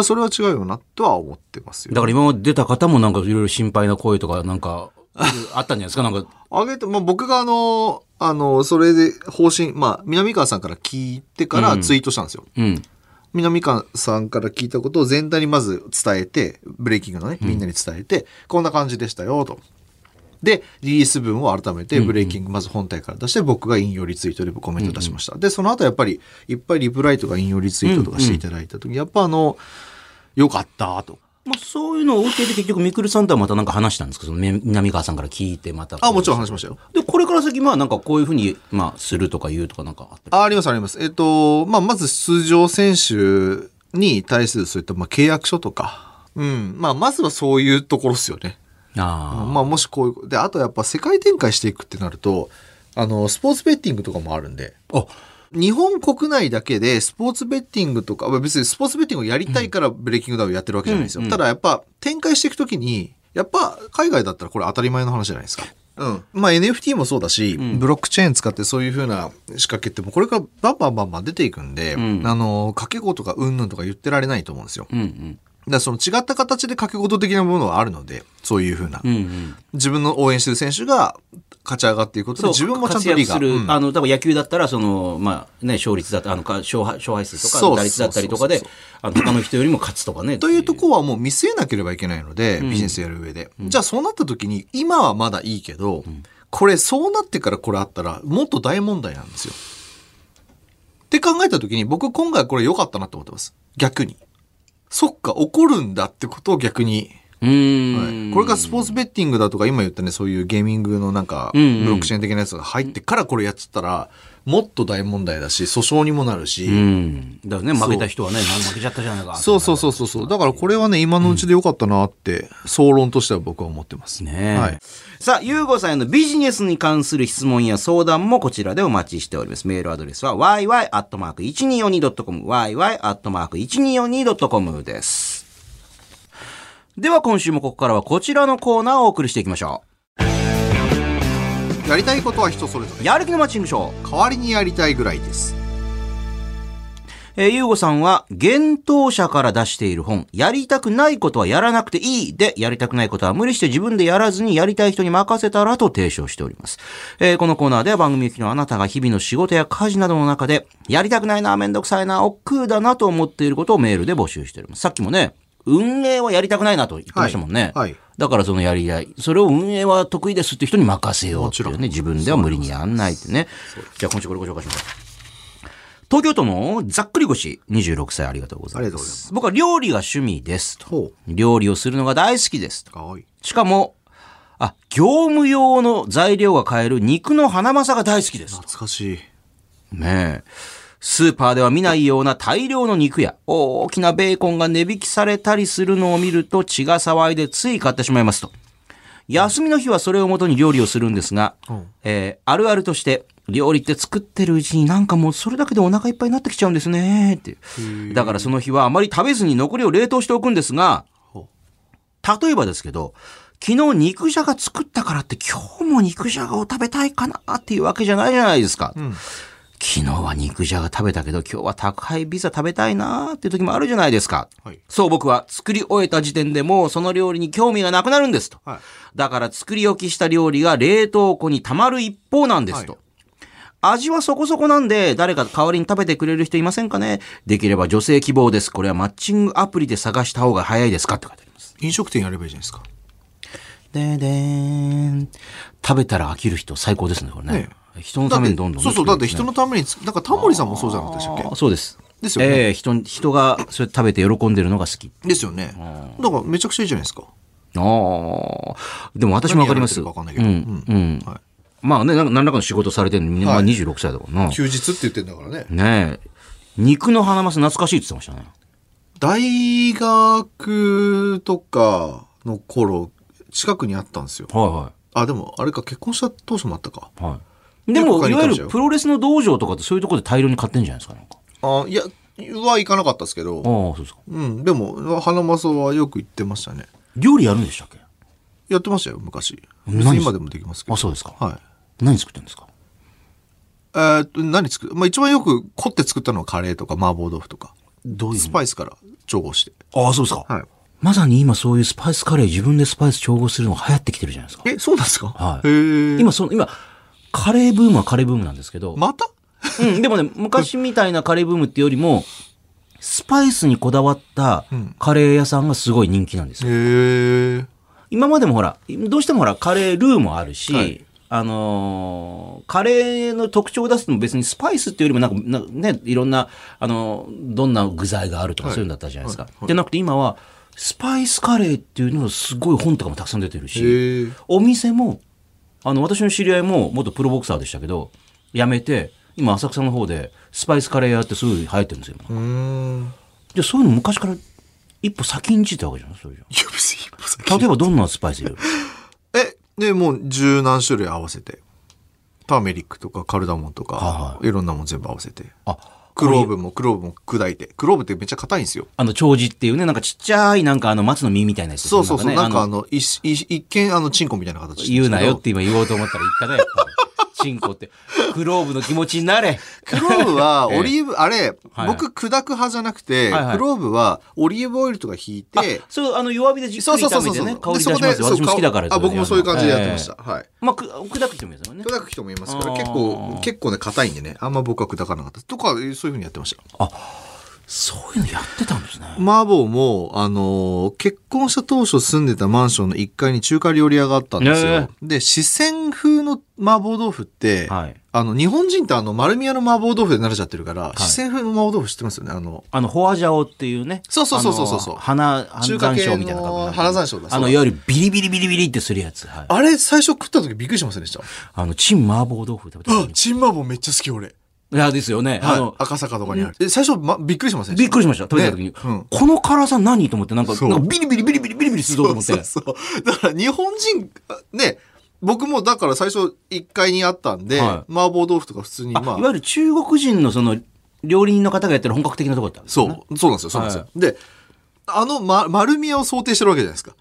らそれは違うよな、とは思ってますよ。だから今まで出た方もなんかいろいろ心配な声とか、なんか、あったんじゃないですかなんか、あげて、まあ、僕があの、あの、それで方針、まあ、南川さんから聞いてからツイートしたんですよ。うん。南川さんから聞いたことを全体にまず伝えて、ブレイキングのね、みんなに伝えて、こんな感じでしたよ、と。で、リリース文を改めて、ブレイキング、まず本体から出して、僕が引用リツイートでコメント出しました。で、その後やっぱり、いっぱいリプライとか引用リツイートとかしていただいた時、やっぱあの、よかった、と。まあ、そういうのを受けて結局、みくるさんとはまたなんか話したんですけど、そのみ南川さんから聞いてまた。あ、もちろん話しましたよ。で、これから先、まあなんかこういうふうに、まあするとか言うとかなんかあったり。あありますあります。えっ、と、まあ、まず出場選手に対するそういった、まあ、契約書とか、うん、まあ、まずはそういうところですよね。あまあ、もしこういう、で、あとやっぱ世界展開していくってなると、あの、スポーツベッティングとかもあるんで、あ。あ、日本国内だけでスポーツベッティングとか、まあ別にスポーツベッティングをやりたいからブレイキングダウンやってるわけじゃないですよ。ただやっぱ展開していくときに、やっぱ海外だったらこれ当たり前の話じゃないですか。うん。まあ NFT もそうだし、ブロックチェーン使ってそういうふうな仕掛けってもうこれからバンバンバンバン出ていくんで、あの、掛け子とかうんぬんとか言ってられないと思うんですよ。うんうん。だからその違った形で掛け事的なものはあるので、そういうふうな。うんうん。自分の応援してる選手が勝ち上がっていくことで、自分もちゃんとリー活ガ躍すー。る、うんあの、多分野球だったら、その、まあね、勝率だったあのか勝敗、勝敗数とそか、う打率だったりとかでそう、あの、他の人よりも勝つとかね。というとこはもう見据えなければいけないので、ビジネスやる上で。じゃあそうなった時に、今はまだいいけど、これそうなってからこれあったら、もっと大問題なんですよ。って考えた時に、僕今回これ良かったなと思ってます。逆に。そっか、怒るんだってことを逆に。うーはいん。これがスポーツベッティングだとか、今言ったね、そういうゲーミングのなんか、ブんうんロックチェーン的なやつが入ってからこれやっちゃったら、もっと大問題だし、訴訟にもなるし、うん。だからね、負けた人はね、なん負けちゃったじゃないか。そうそうそうそうそう。だからこれはね、今のうちでよかったなって、総論としては僕は思ってます。ねえはい。さあ、ゆうごさんへのビジネスに関する質問や相談もこちらでお待ちしております。メールアドレスは yy.1242.com、yy.1242.com です。では今週もここからはこちらのコーナーをお送りしていきましょやりたいことは人それぞう。れ。やる気のマッチングショー。代わりにやりたいぐらいです。えー、ゆうごさんは、幻冬者から出している本、やりたくないことはやらなくていいで、やりたくないことは無理して自分でやらずにやりたい人に任せたらと提唱しております。えーこのコーナーでは番組を聞きのあなたが日々の仕事や家事などの中で、やりたくないな、めんどくさいな、億劫だなと思っていることをメールで募集しております。さっきもね、運営はやりたくないなと言ってましたもんね。はいはいだからそのやりたい。それを運営は得意ですって人に任せようっていうもちろんね。自分では無理にやんないってね。じゃあ今週これご紹介します。東京都のざっくり腰、26歳ありがとうございます。ありがとうございます僕は料理が趣味ですとほ。料理をするのが大好きですと。かわいい。しかも、あ、業務用の材料が買える肉のハナマサが大好きですと。懐かしい。ねえ。スーパーでは見ないような大量の肉や大きなベーコンが値引きされたりするのを見ると血が騒いでつい買ってしまいますと。休みの日はそれをもとに料理をするんですが、えーあるあるとして、料理って作ってるうちになんかもうそれだけでお腹いっぱいになってきちゃうんですねっていう。だからその日はあまり食べずに残りを冷凍しておくんですが、例えばですけど、昨日肉じゃが作ったからって今日も肉じゃがを食べたいかなっていうわけじゃないじゃないですか。昨日は肉じゃが食べたけど今日は宅配ビザ食べたいなーっていう時もあるじゃないですか。はいそう僕は作り終えた時点でもうその料理に興味がなくなるんですと。はいだから作り置きした料理が冷凍庫にたまる一方なんですと。はい味はそこそこなんで、誰か代わりに食べてくれる人いませんかねできれば女性希望です。これはマッチングアプリで探した方が早いですかって書いてあります。飲食店やればいいじゃないですか。ででーん。食べたら飽きる人最高ですね、これねね。人のためにどんどん、そうそう、だって人の。のためにつ、なんかタモリさんもそうじゃなかったでしたっあそうです。ですよねええ人に、人がそれ食べて喜んでるのが好き。けですよね。だからめちゃくちゃいいじゃないですか。ああ。でも私もわかり何やられます。てるかわかんないけどうん。うん。はいまあね、なん何らかの仕事されてるのに、まあはい26歳だからな。休日って言ってんだからね。ねえ。肉のハナマス懐かしいって言ってましたね。大学とかの頃、近くにあったんですよ。はあ、でも、あれか、結婚した当初もあったか。いはい。はい。でも、よく買いいにわ行ったんゆですよるプロレスの道場とかってそういうところで大量に買ってんじゃないですか、なんか。あ、いや、は行かなかったですけどああ、、そうですか。うん、でも、花マソはよく行ってましたね。料理やるんでしたっけやってましたよ、昔。別何に今でもできますけど。あ、そうですか。はい。何作ってるんですかえーっと、何作るまあ一番よく凝って作ったのはカレーとか麻婆豆腐とか。どういうスパイスから調合して。ああ、そうですか。はい。まさに今そういうスパイスカレー、自分でスパイス調合するのが流行ってきてるじゃないですか。え、そうなんですかはいへえ。今、その、今、カレーブームはカレーブームなんですけど、またうん、でもね、昔みたいなカレーブームってよりも、スパイスにこだわったカレー屋さんがすごい人気なんですよ。え。今までもほら、どうしてもほら、カレールーもあるし、はいあのーカレーの特徴を出すのも別にスパイスっていうよりもなんか、なんかね、いろんな、あのーどんな具材があるとかそういうんだったじゃないですか。じゃなくて今は、スパイスカレーっていうのがすごい本とかもたくさん出てるし、へえお店も、あの、私の知り合いも元プロボクサーでしたけど、辞めて、今浅草の方でスパイスカレー屋ってすごい流行ってるんですよ。うーん。いで、そういうの昔から一歩先にじってたわけじゃないそ れじゃんや、別に一歩先。例えばどんなスパイスいるえ、で、もう十何種類合わせて。ターメリックとかカルダモンとか、いろんなもん全部合わせて。あ、クローブもクローブも砕いて。クローブってめっちゃ硬いんですよ。あの、長寿っていうね、なんかちっちゃい、なんかあの、松の実みたいなやつですそようね。そうそう。なんかあの、の、一一一見あの、チンコみたいな形してる言うんですけどなよっ。て今言おうと思ったら言ったね、やっ ぱり。チンコって。クローブの気持ちになれ。クローブは ええオリーブ、あれ、はい僕砕く派じゃなくて、はいはいクローブはオリーブオイルとか引いて、そう、あの、弱火でじっくそうりそうそう炒そうめてそう。ね、で香り出しそこますでよ。私も好きだからそうあ、僕もそういう感じでやってまし。た。れはい。まあ、く砕くってもいいですよね。砕く人もいますかあら、ー結構、結構ね、硬いんでね、あんま僕は砕かなかった。とか、そういうふうにやってました。そういうのやってたんですね。麻婆も、あのー結婚した当初住んでたマンションの1階に中華料理屋があったんですよ。ねで、四川風の麻婆豆腐って、はい。あの、日本人ってあの、丸宮の麻婆豆腐で慣れちゃってるから、四川風の麻婆豆腐知ってますよねあの、あの、ホアジャオっていうね。そうそうそうそうそうそうあの花、中華花山系の椒みたいな感じ。花山椒だそうだあの、いわゆるビリビリビリビリってするやつ。はい。あれ、最初食った時びっくりしませんでしたあの、チン麻婆豆腐食べたあ時、にチン麻婆めっちゃ好き、俺。いや、ですよね。あはいの。、赤坂とかにある。え最初、ま、びっくりしませんでしびったくりしました。食べた時に。ねうんこの辛さ何と思って、なんか、そうなんかビリビリビリビリビリビリするぞと思って。そうそうそうだから日本人ね僕もだから最初1階にあったんで、は麻婆豆腐とか普通にまあいわあゆる中国人のその、料理人の方がやってる本格的なとこだったんですねそうそうなんですよそうなんですよ、であの、ま、丸宮を想定してるわけじゃないですか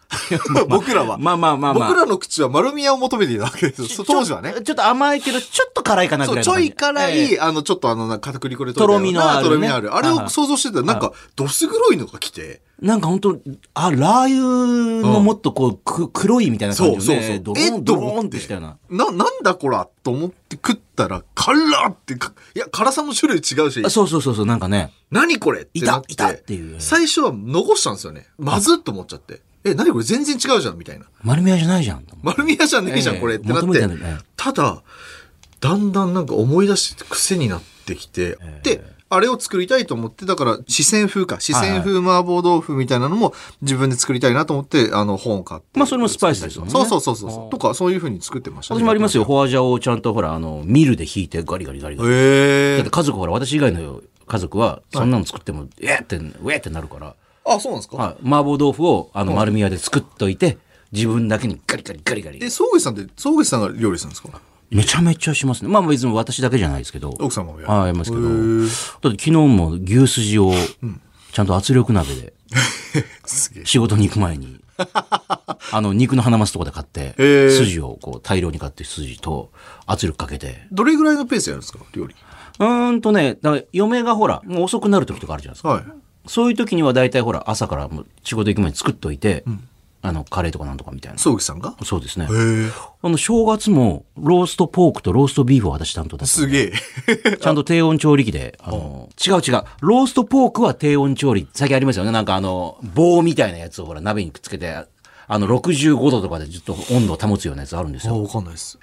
僕らは、 まあまあまあまあ。僕らの口は丸宮を求めていたわけですよそ当時はねちょちょっと甘いけど、ちょっと辛いかなぐそらういちのょ感じい辛い、ええあのちょっとあのな片栗粉でとろみのあるねとろみのあるあれはいはをい想像してたらなんかどす黒いのが来てなんか本当あ、ラー油のもっとこう、く黒いみたいな感じのね。ドローン、ドローンってしたような。な、なんだこらと思って食ったら、辛っってか、いや、辛さも種類違うしあ、そうそうそうそう、なんかね。何これってなっていたいたっていう最初は残したんですよね。まずっと思っちゃって。え、何これ全然違うじゃんみたいな。丸宮じゃないじゃん。と思って丸宮じゃねえじゃん、ええこれってなっ求めててんだよね。ただ、だんだんなんか思い出して癖になってきて、で、あれを作りたいと思って、だから四川風か、四川風麻婆豆腐みたいなのも自分で作りたいなと思って、あの本を買って。まあそれもスパイスですもんねそうそうそうそう。とか、そういう風に作ってましたね私もありますよ。。ホアジャオをちゃんとほら、あの、ミルで引いてガリガリガリガリ。へだっえて。家族ほら、私以外の家族は、そんなの作っても、えーって、うえーってなるから、あ、そうなんですかはい、麻婆豆腐をあの丸宮で作っといて、自分だけにガリガリガリガえ、リ。総口さんって、総口さんが料理するんですかめちゃめちゃしますね。まあ別に私だけじゃないですけど。奥様もやるはい、やりますけど。へだーって昨日も牛すじを、ちゃんと圧力鍋で、すげえ。仕事に行く 前に、あの、肉の花ますとこで買って、へー筋をこう大量に買って筋と圧力かけて、どれぐらいのペースでやるんですか料理。うーんとね、だから嫁がほら、もう遅くなる時とかあるじゃないですか。はい。そういう時には大体ほら、朝からもう仕事行く前に作っといて、あの、カレーとかなんとかみたいな。総口さんがそうですね。へえ。あの、正月もローストポークとローストビーフを私担当だった。すげえ。ちゃんと低温調理器で、あの、違う違う。ローストポークは低温調理。最近ありますよね。なんかあの、棒みたいなやつをほら、鍋にくっつけて、あの、65度とかでずっと温度を保つようなや つあるんですよ。わかんないです。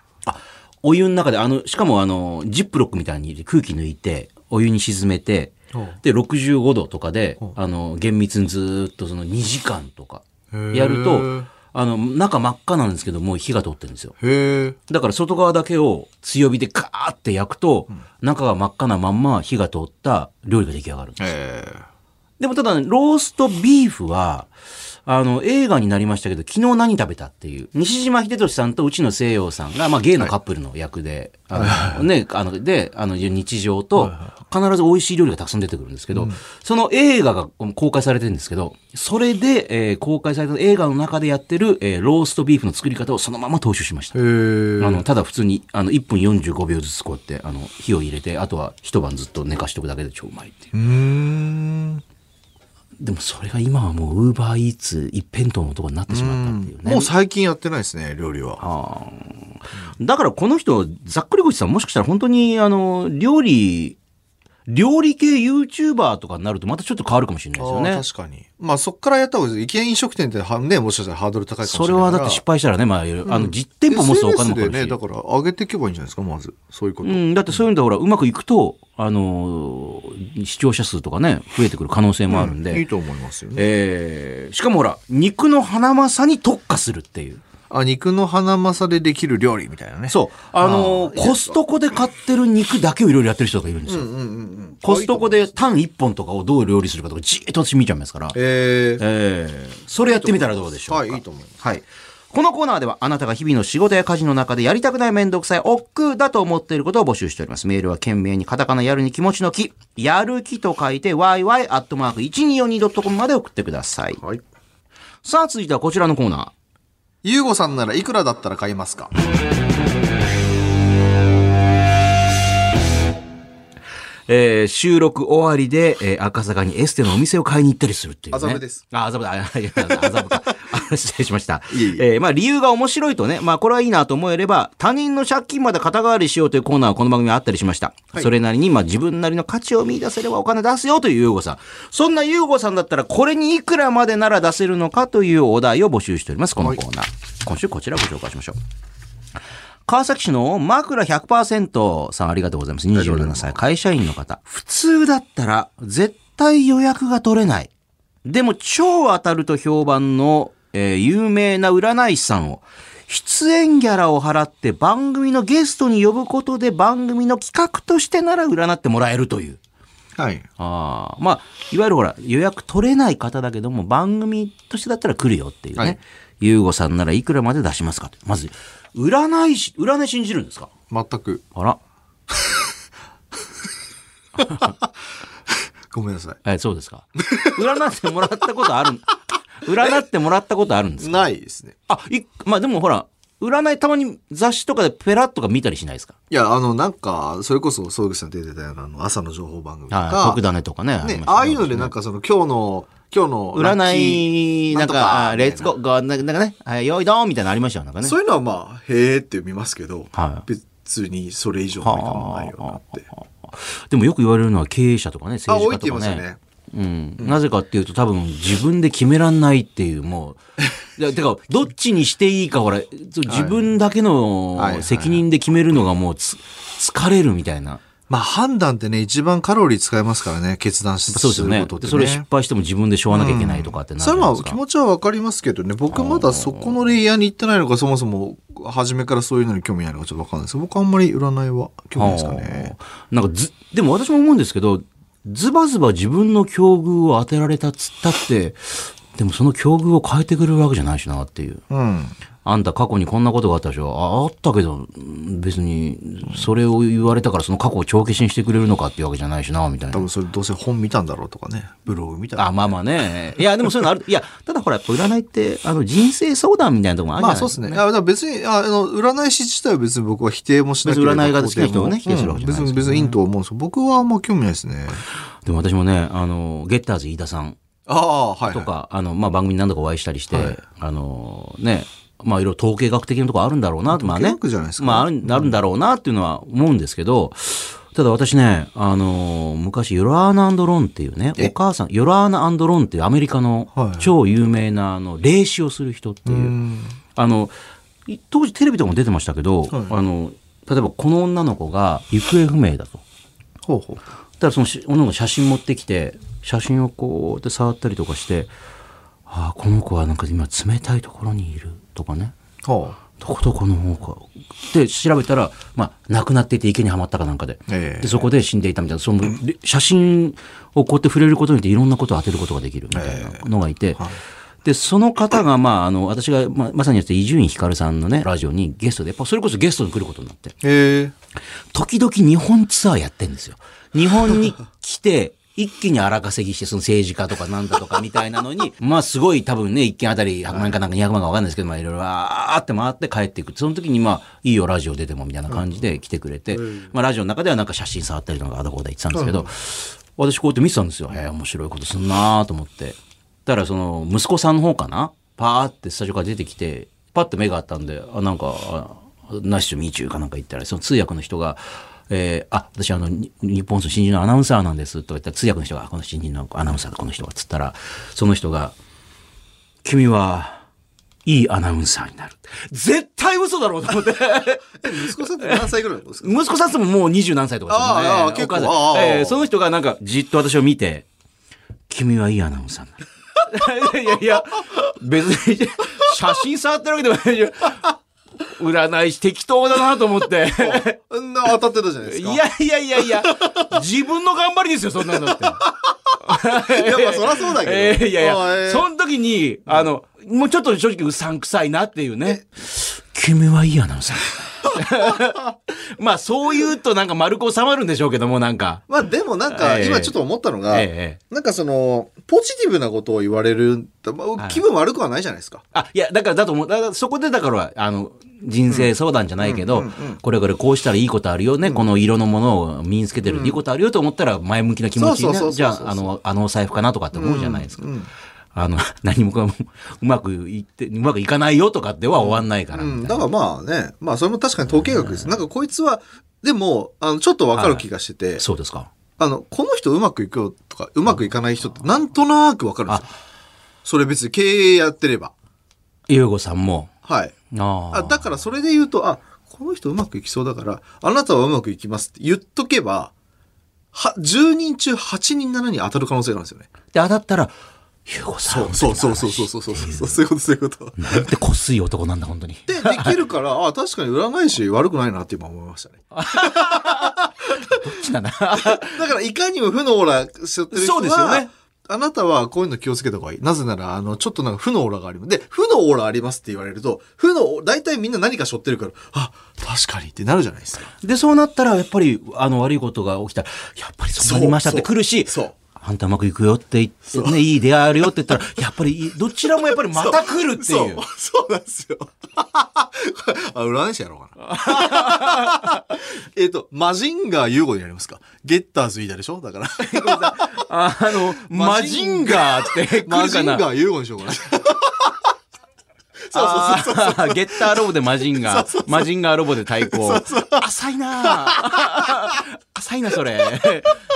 お湯の中で、あの、しかもあの、ジップロックみたいに空気抜いて、お湯に沈めて、で、65度とかで、あの、厳密にずーっとその2時間とかへー、やると、あの、中真っ赤なんですけど、もう火が通ってるんですよ。へえ。だから外側だけを強火でカーって焼くと、中が真っ赤なまんま火が通った料理が出来上がる。へえ。でもただね、ローストビーフは、あの、映画になりましたけど、昨日何食べたっていう、西島秀俊さんとうちの西洋さんが、まあ、ゲイのカップルの役で、あの、ね、あの、で、あの、日常と、必ず美味しい料理がたくさん出てくるんですけど、その映画がうん公開されてるんですけど、それで、えー公開された映画の中でやってる、えーローストビーフの作り方をそのまま踏襲しました。へあの、ただ普通に、あの、1分45秒ずつこうやって、あの、火を入れて、あとは一晩ずっと寝かしておくだけで超うまいっていう。うん。でもそれが今はもうウーバーイーツ一辺倒のとこになってしまったっていうね。もう最近やってないですね、料理は。だからこの人、ざっくり口さんもしかしたら本当にあの、料理、料理系 YouTuber とかになるとまたちょっと変わるかもしれないですよあねー。確かに。まあそっからやった方がいいです。一見飲食店ってはね、もしかしたらハードル高いかもそしれれないはから。だって失敗したらね、まあ、あの、実店舗持つとお金もかか SNS るでね、しだ。から上げていけばいいんじゃないですか、まず。そういうこと。うん、だってそういうのでほら、うまくいくと、あのー視聴者数とかね、増えてくる可能性もあるんで。いいと思いますよね。えーしかもほら、肉のハナマサに特化するっていう。あ、肉のハナマサでできる料理みたいなね。そう。あのーコストコで買ってる肉だけをいろいろやってる人がいるんですよ。コストコでタン1本とかをどう料理するかとかじーっと私見ちゃいますから。えー、えーそれやってみたらどうでしょうか。はい、いいと思います。はい。このコーナーではあなたが日々の仕事や家事の中でやりたくないめんどくさい、億劫だと思っていることを募集しております。メールは懸命にカタカナやるに気持ちの気、やる気と書いて yy.1242.com まで送ってください。はい。さあ続いてはこちらのコーナー。ゆうごさんならいくらだったら買いますかえー収録終わりで、えー赤坂にエステのお店を買いに行ったりするっていう、ね。麻布です。あ、麻布だ。 あいや麻布か。 あ失礼しました。いえいえーまあ理由が面白いとね、まあこれはいいなと思えれば、他人の借金まで肩代わりしようというコーナーはこの番組はあったりしました。はいそれなりに、まあ自分なりの価値を見出せればお金出すよという優吾さん。そんな優吾さんだったら、これにいくらまでなら出せるのかというお題を募集しております、このコーナー。今週こちらをご紹介しましょう。川崎市の枕100%さんありがとうございます。27歳、会社員の方。普通だったら絶対予約が取れない。でも超当たると評判の、えー有名な占い師さんを出演ギャラを払って番組のゲストに呼ぶことで番組の企画としてなら占ってもらえるという。はい。ああ、まあ、いわゆるほら、予約取れない方だけども、番組としてだったら来るよっていうはねい。ゆうごさんならいくらまで出しますかとまず、占い師、占い信じるんですか全く。あら。ごめんなさえ、そう ですか。占ってもらったことある、占ってもらったことあるんですい。かないですね。あ、い、まあでもほら、占いたまに雑誌とかでペラッとか見たりしないですかいや、あの、なんか、それこそ、総口さん出てたような、あの、朝の情報番組とはい。か特、ダネとかね。りましたねね、ああいうので、なんかその、今日の、今日のラッキ占い、ーなんとか、あレッツみたいゴー、ゴーなんかなんかね、はい、よいどんみたいなのありましたよ、なんかなね。そういうのはまあ、へえって見ますけど、はい別にそれ以上の見たもないよなって。でもよく言われるのは経営者とかね、あ、政多いっ治て家言いとまかすよね。ね。うん、なぜかっていうと多分自分で決めらんないっていうも ういやてかどっちにしていいかほらそう自分だけはいはのい責任で決めるのがもうつ疲れるみたいなまあ、判断ってね、一番カロリー使えますからね、決断しそうですよするねことってそれ失敗しても自分でしょわなきゃいけないとかってなるじそゃれないはまですあか気持ちはわかりますけどね、僕まだそこのレイヤーに行ってないのか、そもそも初めからそういうのに興味ないのかちょっとわかんないです。僕あんまり占いは興味ないですかね。あーなんかず、でも私も思うんですけど、ズバズバ自分の境遇を当てられたっつったって、でもその境遇を変えてくれるわけじゃないしなっていう。うん。あんた過去にこんなことがあったでしょああったけど、うん別にそれを言われたからその過去を帳消しにしてくれるのかっていうわけじゃないしな、みたい多な。分それどうせ本見たんだろうとかね、ブログ見たあ、まあまあね。いや、でもそういうのある。いや、ただほら、やっぱ占いって、あの、人生相談みたいなとこもあるじまゃあないそうでですすか。ね。あだから別にああの占い師自体は別に僕は否定もしなければ別に占いが好きな人をね肯定も否定するわけじゃないですうよん別ねに別にいいと思うんですけど僕はあんま興味ないですね。でも私もね、あの、ゲッターズ飯田さん。ああ、はい、とか、あの、まあ、番組に何度かお会いしたりして、あの、ね、まあ、いろいろ統計学的なとこあるんだろうな、まあね統計学じゃないです。かまあ、あるあるんだろうなっていうのは思うんですけど、ただ私ね、あの、昔、ヨラーナロンっていうね、お母さん、ヨラーナロンっていうアメリカのはい超有名な、あの、霊視をする人っていう、あの、い当時テレビとかも出てましたけど、あの、例えばこの女の子が行方不明だと。ほうほう。ただそのし女の子が写真持ってきて写真をこうやって触ったりとかして「ああこの子はなんか今冷たいところにいる」とかねほ「どこどこの方か」で調べたら、まあ、亡くなっていて池にはまったかなんかで,、ええでそこで死んでいたみたいなそので写真をこうやって触れることによっていろんなことを当てることができるみたいなのがいて。で、その方が、まあ、あの、私が、まあまさにやってた伊集院光さんのね、ラジオにゲストで、やっぱそれこそゲストに来ることになって。う。へえ。時々日本ツアーやってんですよ。日本に来て、一気に荒稼ぎして、その政治家とかなんだとかみたいなのに、 まあすごい多分ね、一件あたり100万円かなんか200万かわかんないですけど、まあいろいろわーって回って帰っていく。その時にまあ、いいよラジオ出てもみたいな感じで来てくれて、まあラジオの中ではなんか写真触ったりとかあだこうだ言ってたんですけど、私こうやって見てたんですよ。へえ、面白いことすんなーと思って。たらその息子さんの方かなパーってスタジオから出てきてパッと目があったんであなんかあナイスミーチューかなんか言ったらその通訳の人がえーあ、私あの、に日本放送新人のアナウンサーなんですとか言ったら通訳の人が、あこの新人のアナウンサーだ、この人が、つったら、その人が、君は、いいアナウンサーになる。絶対嘘だろうと思って。息子さんって何歳ぐらいなんです か息子さんとももう二十何歳とかですもんねああああ結構お母さんああええその人がなんかじっと私を見て、君はいいアナウンサーにな る。いやいや、別に写真触ってるわけでもないし、占い師適当だなと思って。あんな当たってたじゃないですいか。やいやいやいや、自分の頑張りですよ、そんなのって。いや、まあそりゃそうだけど。 ええいやいああえや、えその時に、あの、もうちょっと正直うさんくさいなっていうね。君はいいアナウンサー。 まあそう言うとなんか丸く収まるんでしょうけどもなんか。まあでもなんか、ええ今ちょっと思ったのが、ええなんかその、ポジティブなことを言われるんだ、まあ気分悪くはないじゃないですか。あ、いや、だからだと思う。だからそこでだから、あの、人生相談じゃないけど、これこれこうしたらいいことあるよね。この色のものを身につけてるいいことあるよと思ったら前向きな気持ちそにうそうそうそうね、じゃあ、あの、あのお財布かなとかって思うじゃないですか。うんあの、 何もかもうまくいって、うまくいかないよとかでは終わんないからうみたいん、な。だからまあね、まあそれも確かに統計学です。なんかこいつは、でも、あの、ちょっとわかる気がしてて、そうですか。あの、この人うまくいくよとか、うまくいかない人ってなんとなくわかるんですよ。それ別に経営やってれば。ゆうごさんも。はい。ああだからそれで言うと、あ、この人うまくいきそうだから、あなたはうまくいきますって言っとけば、は、10人中8人7人当たる可能性があるんですよね。で、当たったら、ゆうごさん。そうそうそうそうそうそう そう。そういうこと、そういうこと。なんてこすい男なんだ、本当に。で、できるから、あ、確かに占い師悪くないなって今思いましたね。ちなんだ。だから、いかにも負のオーラしちゃってる人は、そうですよねあなたはこういうの気をつけた方がいい。なぜなら、あの、ちょっとなんか負のオーラがあります。で、負のオーラありますって言われると、負の、大体みんな何か背負ってるから、あ、確かにってなるじゃないですか。 で、そうなったら、やっぱり、あの、悪いことが起きたら、やっぱりそうなりましたってそう来るし、そうあんたうまくいくよって言って、ね、いい出会いあるよって言ったら、やっぱりいい、どちらもやっぱりまた来るってそいうう。、そう なんですよ。あ、占い師やろうかな。 えっと、マジンガー優吾でやりますか。ゲッターズイーダでしょだ から。あの、マジンガーって来るかな。マジンガー優吾にしようかな。そうそうそう。あーゲッターロボでマジンガー、マジンガーロボで対抗。浅いなぁ浅いな、それ。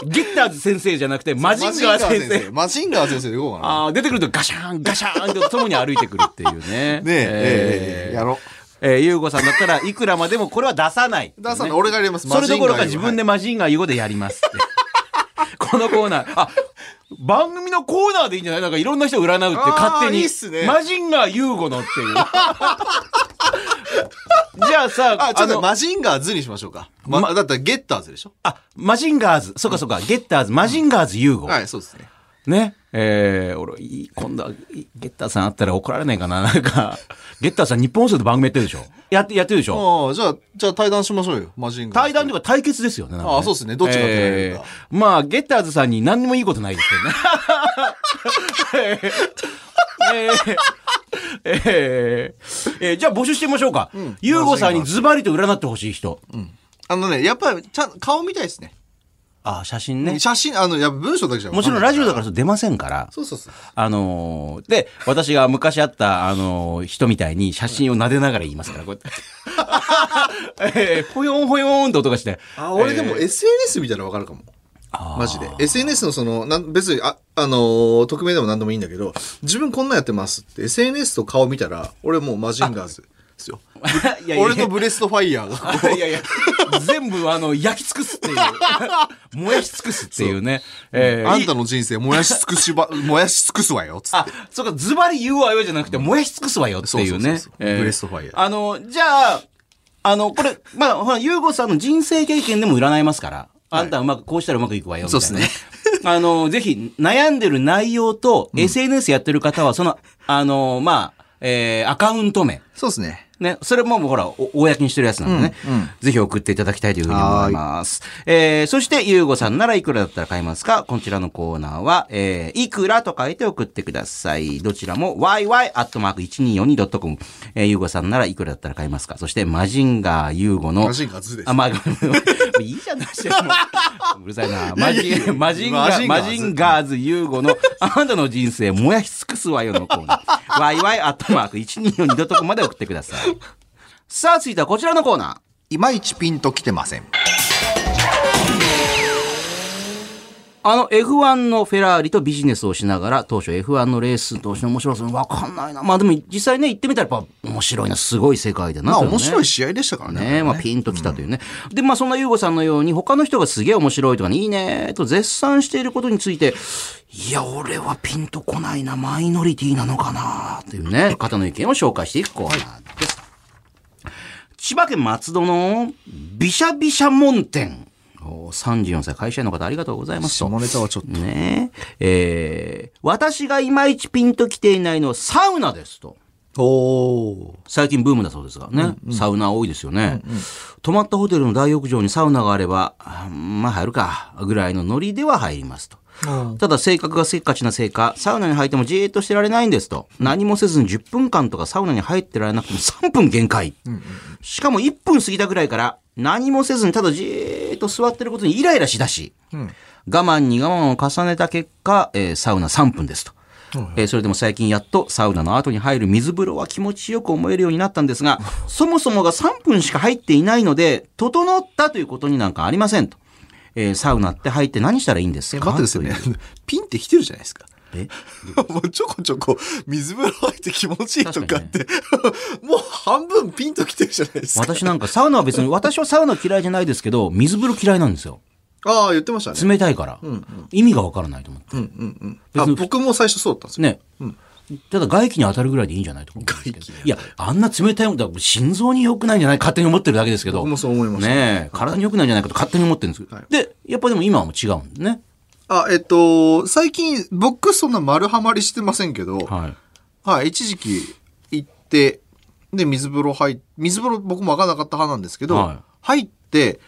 ゲッターズ先生じゃなくて、マジンガー先生。マジンガー先生でいこうかな。あー出てくるとガシャーン、ガシャーンとともに歩いてくるっていうね。ねえええやろうえー、ゆうごさんだったらいくらまでもこれは出さない。出さない俺がやりますそれどころかマジン自ガー優吾分でマジンガーゆうごでやりますって。 このコーナー、あ、番組のコーナーでいいんじゃないなんかいろんな人を占うって勝手あーに。いいっすねマジンガーゆうごのっていう。 じゃあさ、あ、ちょっとのマジンガーズにしましょうか。ま、だったらゲッターズでしょあ、マジンガーズ、そうかそうか、ゲッターズ、マジンガーズゆうご。はい、そうですね。ね。えー、俺、いい今度は、いゲッターさんあったら怒られないかななんか、ゲッターさん日本放送で番組やってるでしょやって、やってるでしょああ、じゃあ、じゃあ対談しましょうよ。マジンガー。対談というか対決ですよね。なんかねあそうですねどっちが手を挙げるかえーまあ、ゲッターズさんに何にもいいことないですけどね。えーえーえーじゃあ募集してみましょうか。ゆうごさんにズバリと占ってほしい人。あのね、やっぱり、ちゃん、顔見たいですね。あ、写真ね。写真、あの、やっぱ文章だけじゃもちろんラジオだかからそう出ませんから。そうそうそう。あのーで、私が昔会った、あのー人みたいに写真を撫でながら言いますから、こうやって。えー、ほよんほよんと音がして。あ、俺でも SNS 見たらわかるかも。マジで。SNS のその、なん別に、あ、あのー匿名でも何でもいいんだけど、自分こんなんやってますって、SNS と顔見たら、俺もうマジンガーズです よ。いやいやいや俺のブレストファイヤーがこう。いやいや、全部あの、焼き尽くすっていう。 燃やし尽くすっていうね。えーあんたの人生燃やし尽くしば、燃やし尽くすわよ、つっあて。、そうか、ズバリ言うわよじゃなくて、燃やし尽くすわよっていうそうそうねそうそう。えブレストファイヤーあの、じゃあ、あの、これ、まあ、ほら、ゆうごさんの人生経験でも占いますから、あんたはうまく、こうしたらうまくいくわよ、みたいな。そうっす。 あの、ぜひ、悩んでる内容と、SNS やってる方は、その、あの、まあ、えーアカウント名。そうですね。ね、それももうほら、お公にしてるやつなんでね、ぜひ送っていただきたいというふうに思います。えー、そして、ゆうごさんならいくらだったら買いますかこちらのコーナーは、えー、いくらと書いて送ってください。どちらも、yy.1242.com。えー、ゆうごさんならいくらだったら買いますかそして、マジンガーゆうごの、マジンガーズですあ、まあ、 いいじゃないですか。もううるさいな。マジン、マジンガマジー、ンガーマズジンガーズユーゴの、あなたの人生燃やし尽くすわよのコーナー。ワイワイアットマーク1242ドットコムまで送ってください。さあ、続いてはこちらのコーナー。いまいちピンときてません。あの F1 のフェラーリとビジネスをしながら、当初 F1 のレース通して面白さわかんないな。まあでも実際ね、行ってみたらやっぱ面白いな、すごい世界だなまあとね、面白い試合でしたからね。ねまあ、ピンときたというね。で、まあ、そんなユーゴさんのように、他の人がすげえ面白いとかね、いいねと絶賛していることについて、いや、俺はピンとこないな、マイノリティなのかな、というね、方の意見を紹介していくコーナーです。千葉県松戸のビシャビシャ門店。おー34歳会社員の方ありがとうございますと。下ネタはちょっと。ねええー私がいまいちピンときていないのはサウナですと。お最近ブームだそうですがね、サウナ多いですよね、泊まったホテルの大浴場にサウナがあればあまあ入るかぐらいのノリでは入りますとただ性格がせっかちなせいかサウナに入ってもじーっとしてられないんですと何もせずに10分間とかサウナに入ってられなくても3分限界、しかも1分過ぎたぐらいから何もせずにただじーっと座ってることにイライラしだし、我慢に我慢を重ねた結果、えーサウナ3分ですと。えーそれでも最近やっとサウナの後に入る水風呂は気持ちよく思えるようになったん ですが、そもそもが3分しか入っていないので、整ったということになんかありませんと。えーサウナって入って何したらいいんですえか待ってですよね。ピンってきてるじゃないですか。えもうちょこちょこ水風呂入って気持ちいいとかって、もう半分ピンときてるじゃないですか。私なんかサウナは別に、私はサウナ嫌いじゃないですけど、水風呂嫌いなんですよ。ああ、言ってましたね。冷たいから。意味がわからないと思って。あ僕も最初そうだったんですよ。ね。ただ外気に当たるぐらいでいいんじゃないとか思うんですけどいや、あんな冷たいもんだから心臓に良くないんじゃない勝手に思ってるだけですけど。僕もそう思いましたねえ体に良くないんじゃないかと勝手に思ってるんですけど。はいで、やっぱでも今はもう違うんでね。あ、えっと、最近僕そんな丸ハマりしてませんけど、はい、はい。一時期行って、で、水風呂入っ水風呂僕もわからなかった派なんですけど、は入って、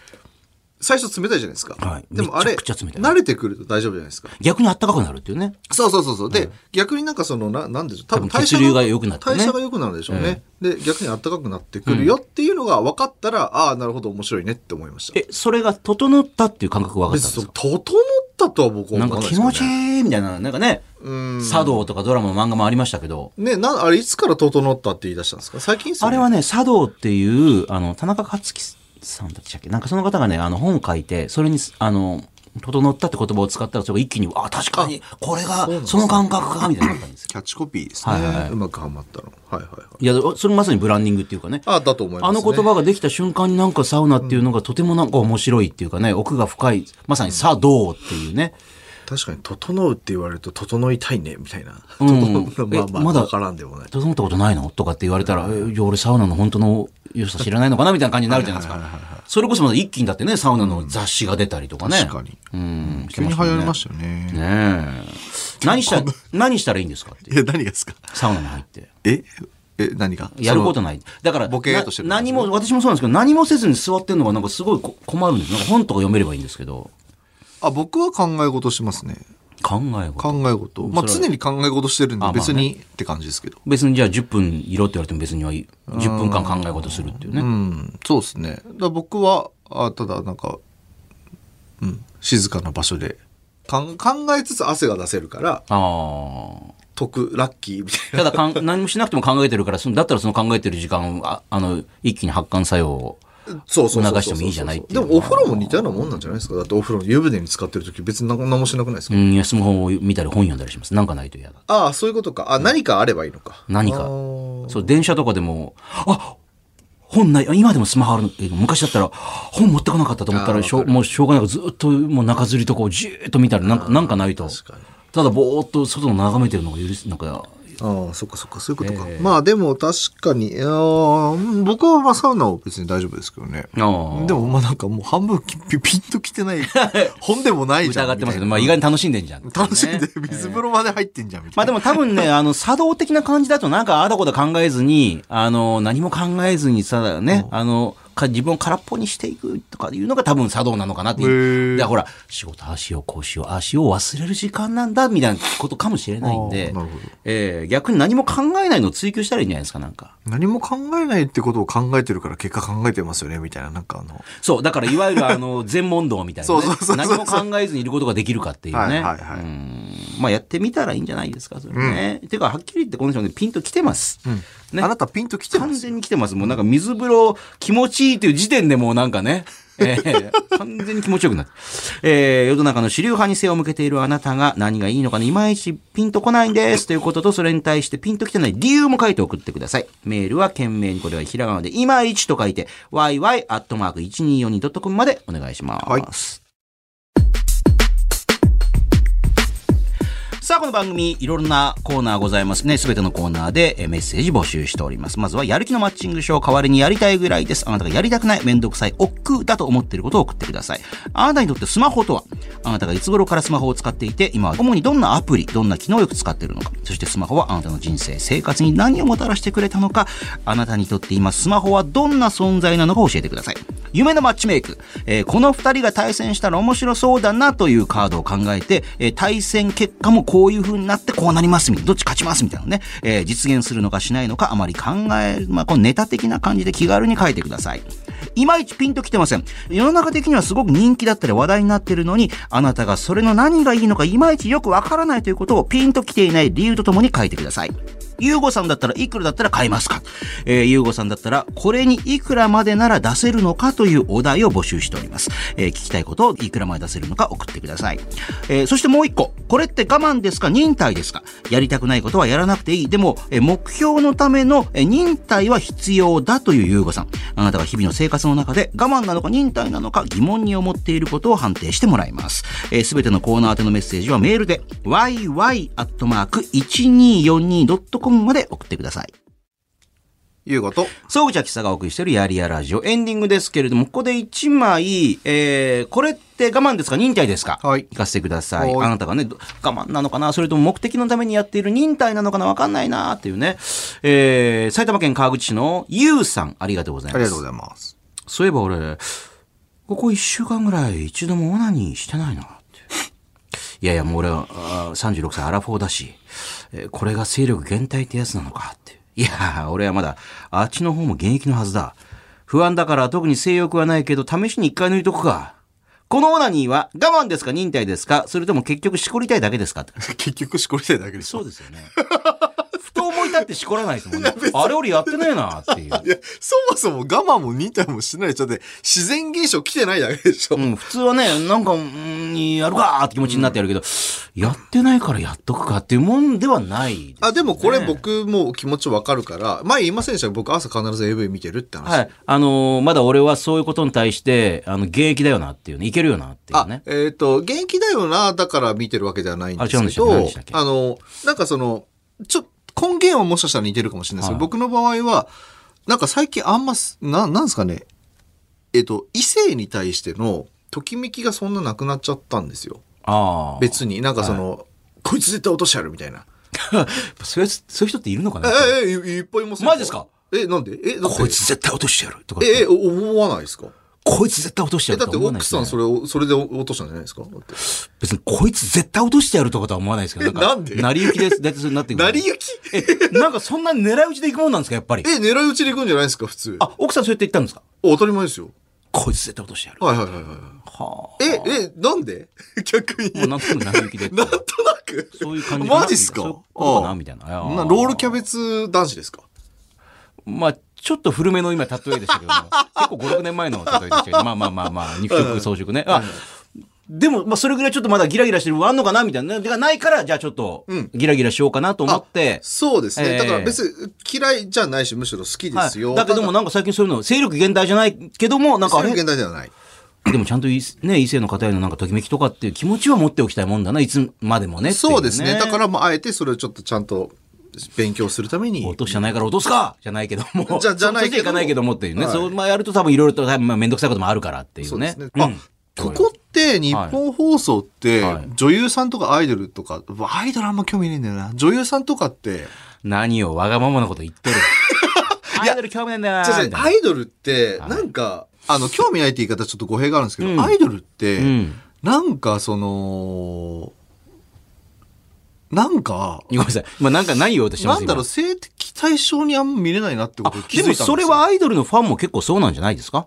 最初冷たいじゃないですか。はいでもあれ、めちゃくちゃ冷たい慣れてくると大丈夫じゃないですか。逆に暖かくなるっていうね。そうそうそうそう。で、逆になんかその、ななんでしょう。多分多分代謝血流が良くなってね代謝が良くなるでしょうね。で、逆に暖かくなってくるよっていうのが分かったら、ああ、なるほど、面白いねって思いました。え、それが整ったっていう感覚が分か別ったにんでそすう、か整ったとは僕はなん思わかないで気すけど、持ね。ちいいみたいな、なんかね、茶道とかドラマの漫画もありましたけど、ね、な、あれ、いつから整ったって言い出したんですか最近っすよあれはね、茶道っていう、あの、田中克樹さんだったっけなんかその方がね、あの、本書いて、それに、あの、整ったって言葉を使ったら、それが一気に、あ、確かに、これが、その感覚か、みたいになったんですよ。キャッチコピーですね。はいはいはいうまくはまったの。はいはいはい。いや、それまさにブランディングっていうかね。ああ、だと思います、ね。あの言葉ができた瞬間になんかサウナっていうのがとてもなんか面白いっていうかね、奥が深い、まさに茶道っていうね。確かに、整うって言われると、整いたいね、みたいな。ん まあまあ、えまだわからんでもない。整ったことないのとかって言われたら、えいや俺サウナの本当の良さ知らないのかなみたいな感じになるじゃないですか。それこそまだ一気にだってね、サウナの雑誌が出たりとかね。確かに。うん。急に流行りましたよね。ねえ。何したら、何したらいいんですかっていう。いや、何がですかサウナに入って。ええ、何がやることい。ない。だから、ボケーっとしてるな何も、私もそうなんですけど、何もせずに座ってるのがなんかすごいこ困るんです。なんか本とか読めればいいんですけど、あ、僕は考え事しますね。考え事。考え事。まあ、常に考え事してるんで、別にって感じですけど。別にじゃあ10分いろって言われても別にはいい10分間考え事するっていうね。うん、そうですね。だから僕は、あただ、なんか、うん、静かな場所で。かん考えつつ汗が出せるから、ああ。得、ラッキーみたいな。ただか ん何もしなくても考えてるから、そのだったらその考えてる時間をあ、あの、一気に発汗作用を。そうそうそうそう。促してもいいじゃないっていでうもお風呂も似たようなもんなんじゃないですか。だってお風呂、湯船に使ってる時別に何もしなくないですか。うん、スマホを見たり本読んだりします。なんかないと嫌だ。ああ、そういうことか。あ、何かあればいいのか。何あかー。そう、電車とかでも、あ本ない、あ今でもスマホあるのえ昔だったら、本持ってこなかったと思ったら、しょうもうしょうがないからずっともう中吊りとこうじーっと見たら、なんか、なんかないと。ただぼーっと外を眺めてるのが許す、なんか、ああ、そっかそっか、そういうことか。まあでも確かに、あーうん僕はまあサウナは別に大丈夫ですけどね。あーでもまあなんかもう半分きピピンときて ない、本でもないじゃん。疑ってますけど、まあみ意外に楽しんでんじゃん。たいな楽しんで、水風呂まで入ってんじゃん、みたまいあでな。も多 分ね、あの、作動的な感じだとなんかああだこだ考えずに、あの、何も考えずにさ、ね、あの、か自分を空っぽにしていくとかいうのが多分作動なのかなっていう。だからほら、仕事、ああしよう、こうしよう、ああしよう忘れる時間なんだ、みたいなことかもしれないんであーなるほど、えー逆に何も考えないのを追求したらいいんじゃないですか、なんか。何も考えないってことを考えてるから結果考えてますよね、みたいな。なんかあの、そう、だからいわゆるあの、全問答みたいな、ね。そうそうそうそう何も考えずにいることができるかっていうね。はいはいはいうんまあやってみたらいいんじゃないですか、それね。てか、はっきり言ってこの人ね、ピンと来てます。ねあなたピンときてま完す全に来てます。もうなんか水風呂気持ちいいという時点でもうなんかね、えー完全に気持ちよくなって。えー世の中の主流派に背を向けているあなたが何がいいのかね、いまいちピンとこないんですということと、それに対してピンときてない理由も書いて送ってください。メールは懸命にこれはひらがなで、いまいちと書いて、yy.1242.com までお願いします。はいさあ、この番組、いろんなコーナーございますね。すべてのコーナーでえーメッセージ募集しております。まずは、やる気のマッチングショー、代わりにやりたいぐらいです。あなたがやりたくない、めんどくさい、億劫だと思っていることを送ってください。あなたにとってスマホとはあなたがいつ頃からスマホを使っていて、今は主にどんなアプリ、どんな機能をよく使っているのか。そしてスマホはあなたの人生、生活に何をもたらしてくれたのか。あなたにとって今、スマホはどんな存在なのか教えてください。夢のマッチメイク。えーこの二人が対戦したら面白そうだなというカードを考えて、えー対戦結果もこういう風になってこうなりますみたいな、どっち勝ちますみたいなのね、えー実現するのかしないのかあまり考える、まあ、このネタ的な感じで気軽に書いてください。いまいちピンときてません。世の中的にはすごく人気だったり話題になってるのに、あなたがそれの何がいいのかいまいちよくわからないということをピンときていない理由とともに書いてください。ゆうごさんだったらいくらだったら買えますかえー、ゆうごさんだったらこれにいくらまでなら出せるのかというお題を募集しております。えー聞きたいことをいくらまで出せるのか送ってください。えーそしてもう一個。これって我慢ですか忍耐ですかやりたくないことはやらなくていい。でも、えー目標のためのえー忍耐は必要だというゆうごさん。あなたが日々の生活の中で我慢なのか忍耐なのか疑問に思っていることを判定してもらいます。えーすべてのコーナー宛てのメッセージはメールで yy.1242.com まで送ってください。いうこと。総口秋さがお送りしているやりやラジオエンディングですけれども、ここで一枚、えー、これって我慢ですか忍耐ですかはい行かせてください。はいあなたがね、ど我慢なのかなそれとも目的のためにやっている忍耐なのかなわかんないなっていうね。えー、埼玉県川口市のゆうさん、ありがとうございありまがすとう。ございます。そういえば俺、ここ一週間ぐらい一度もオナニーして ないなって。いやいや、もう俺はあー36歳アラフォーだし、えーこれが勢力減退ってやつなのかって。いやー、俺はまだ、あっちの方も現役のはずだ。不安だから特に性欲はないけど、試しに一回抜いとくか。このオナニーは我慢ですか忍耐ですかそれとも結局しこりたいだけですかって 結局、しこりたいだけでしょ。そうですよね。 ふと思い立ってしこらないですもんね。あれ俺やってねえなっていう。いや、そもそも我慢も忍耐もしてない人で、自然現象来てないだけでしょ。うん、普通はね、なんか、うん、やるかーって気持ちになってやるけど、やってないからやっとくかっていうもんではない。あ、でもこれ僕も気持ちわかるから、前言いませんでした僕朝必ず AV 見てるって話。はい。あのーまだ俺はそういうことに対して、あの、現役だよなっていうね、いけるよなっていうあ、ね。えっ、と、現役だよな、だから見てるわけではないんですあ違うんけでしたっけ何どでしたっ、けあの、なんかその、ちょ、根源はもしかしたら似てるかもしれないですけど、僕の場合は、なんか最近あんま、すな、なんですかね、えっ、と、異性に対しての、ときめきがそんななくなっちゃったんですよ。ああ。別に、なんかその、こいつ絶対落としてやるみたいな。そういうやつ、そういう人っているのかえなえ、ええ、いっぱいいますよマジですかえ、なんでえ、だってこいつ絶対落としてやるとか。え、え、お思わないですかこいつ絶対落としてえ、やるだっとかて思わない奥ですさよんね。それを、それで落としたんじゃないですかだって別に、こいつ絶対落としてやるとかとは思わないですけど。なんで成り行きです。だってそれ になってくる。成り行きえ、なんかそんな狙い撃ちでいくもんなんですか、やっぱり。え、狙い撃ちで行くんじゃないですか普通。あ、あ、奥さんそうやって言ったんですか当たり前ですよ。こいつ絶対落としてやる。はいはいはいはい。はあ。え、え、なんで 逆に。もうななんんとなく成り行き で。となく。そういう感じかなマジっすかそういうことかあなあみたいな。なロールキャベツ男子ですかまあ、ちょっと古めの今、例えでしたけ ども、結構5、6年前の例えでしたけど、まあまあまあまあ、肉食装飾ね。あでも、まあ、それぐらいちょっとまだギラギラしてるのあんのかなみたいな。でがないから、じゃあちょっと、ギラギラしようかなと思って。そうですええね。だから別に嫌いじゃないし、むしろ好きではいすよ。だけども、なんか最近そういうの、勢力減退じゃないけども、なんかあそういれう、現代ではない。でもちゃんといね、異性の方へのなんかときめきとかっていう気持ちは持っておきたいもんだな、いつまでもね。そうですってね。いだから、まあ、あえてそれをちょっとちゃんと勉強するために落。としじゃないから落とすかじゃないけども。じゃじゃないけどそっちはいかないけどもっていうね。はいそう、まあやると多分いろいろと、まあめんどくさいこともあるからっていうね。そうですね。うあん、ここって日本放送ってはい女優さんとかアイドルとか、うわアイドルあんま興味ないんだよな。女優さんとかって、何をわがままなこと言ってる。 アイドル興味ないんだよな違う違うみたいなアイドルって、なんか、あの、興味ないって言い方ちょっと語弊があるんですけど、アイドルって、うんなんかその、なんか、ごめんなさい。今なんか何言おうとしてまなすんだろう、今性的対象にあんま見れないなってことに気づいたでんもですよそれはアイドルのファンも結構そうなんじゃないですか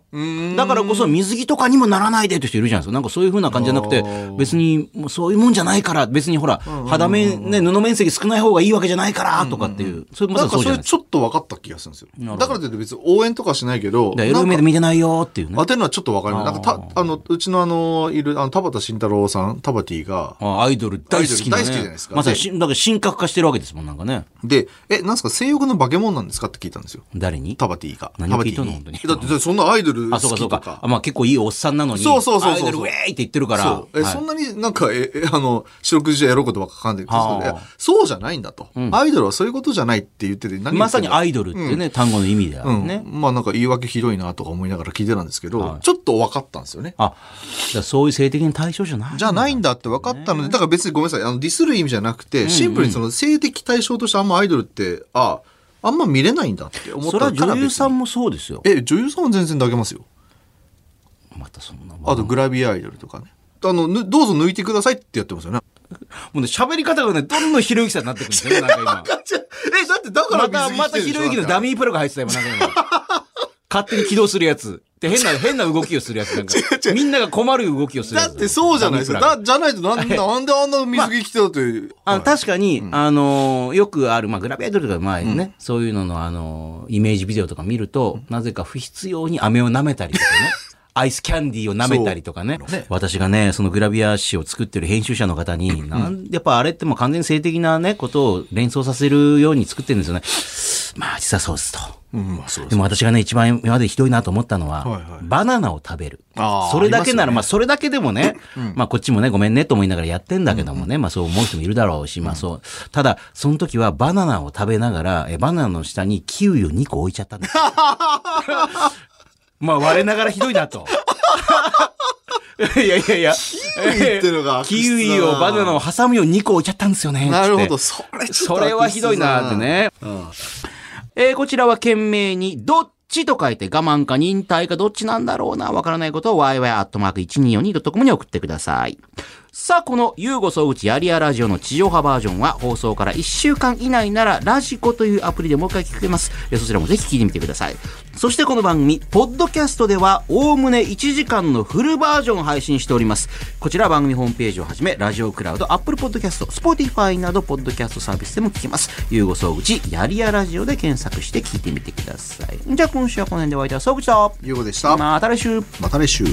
だからこそ水着とかにもならないでって人いるじゃないですか。なんかそういう風な感じじゃなくて、別にもうそういうもんじゃないから、別にほら、肌面、ね、布面積少ない方がいいわけじゃないから、とかっていう。それまなさんかそにそうじゃなれいですちょっと分かった気がするんですよ。だからといって別に応援とかはしないけど、か。エロい目で見てないよっていうね当。てるのはちょっと分かります。なんかた、あの、うちのあの、いる、あの、田畑慎太郎さん、田畑が、あアイドル大好きな、ね。アイドル大好きじゃないですかまさにし、だから神格化してるわけですもん、なんかね。で、え、なんすか、性欲の化け物なんですかって聞いたんですよ。誰にタバティが。何を聞いたのタバティにだ本当にって、だってそんなアイドル好あ、きそうかそうとか。あか。まあ結構いいおっさんなのに。そうそうそうそうアイドルウェーイって言ってるから。そう。え、はいそんなになんか、え、えあの、四六時中やろうことばっかかんでるはあいやそうじゃないんだと、アイドルはそういうことじゃないって言ってて、何言まってさんにだアイドルっていうね、単語の意味であるね。うん。まあなんか言い訳ひどいなとか思いながら聞いてたんですけど、ちょっと分かったんですよね。あ、だからそういう性的な対象じゃない。じゃないんだって分かったので、だから別にごめんなさい、あのディスる意味じゃなくて、シンプルにその性的対象としてあんまアイドルって、あ、あんま見れないんだって思っそたれから別はに女優さんもそうですよ。え、女優さんは全然抱けますよ。またそんなもん。あとグラビアアイドルとかね。あの、ぬどうぞ抜いてくださいってやってますよね。もうね、喋り方がね、どんどんひろゆきさんになってくるんですよね、なん かえ、だってだか今。らまた、またひろゆきのダミミープラグ入ってたよ、今なんか今。勝手に起動するやつ。で、変な、変な動きをするやつ。 なんかみんなが困る動きをするやだつ。ってそうじゃないですか。ダミープラグだじゃないとなんで、なんであんな水着着てたという。あはのい確かに、あのーよくある、まあ、グラビアアイドルとか、まあね、そういうのの、あのーイメージビデオとか見ると、なぜか不必要に飴を舐めた りとかね。アイスキャンディーを舐めたりとかねそうね私がね、そのグラビア誌を作ってる編集者の方に、なんやっぱあれってもう完全に性的なね、ことを連想させるように作ってるんですよね。まあ、実はそうですと。うん、まあそうで。ですも私がね、一番今までひどいなと思ったのは、はいはいバナナを食べるあー。それだけなら、ありますよねまあそれだけでもね、まあこっちもね、ごめんねと思いながらやってんだけどもね、まあそう思う人もいるだろうし、まあそう。ただ、その時はバナナを食べながら、えバナナの下にキウイを2個置いちゃ ったんですよまあ我ながらひどい なと。いやいやいや。キウイってのが悪質だなキウイをバナナを挟むように2個置いちゃったんですよね。なるほつど。ってそれちょっとそれはひどいなってね。えーこちらは懸命に、どっちと書いて我慢か忍耐かどっちなんだろうな。わからないことを yy.1242.com に送ってください。さあ、このユーゴ総口やりやラジオの地上波バージョンは放送から1週間以内ならラジコというアプリでもう一回聞けます。えーそちらもぜひ聞いてみてください。そしてこの番組、ポッドキャストではおおむね1時間のフルバージョンを配信しております。こちら番組ホームページをはじめ、ラジオクラウド、アップルポッドキャスト、スポーティファイなど、ポッドキャストサービスでも聞けます。ユーゴ総口やりやラジオで検索して聞いてみてください。じゃあ今週はこの辺でお相手は総口と、ゆうこでした。また来週。また来週。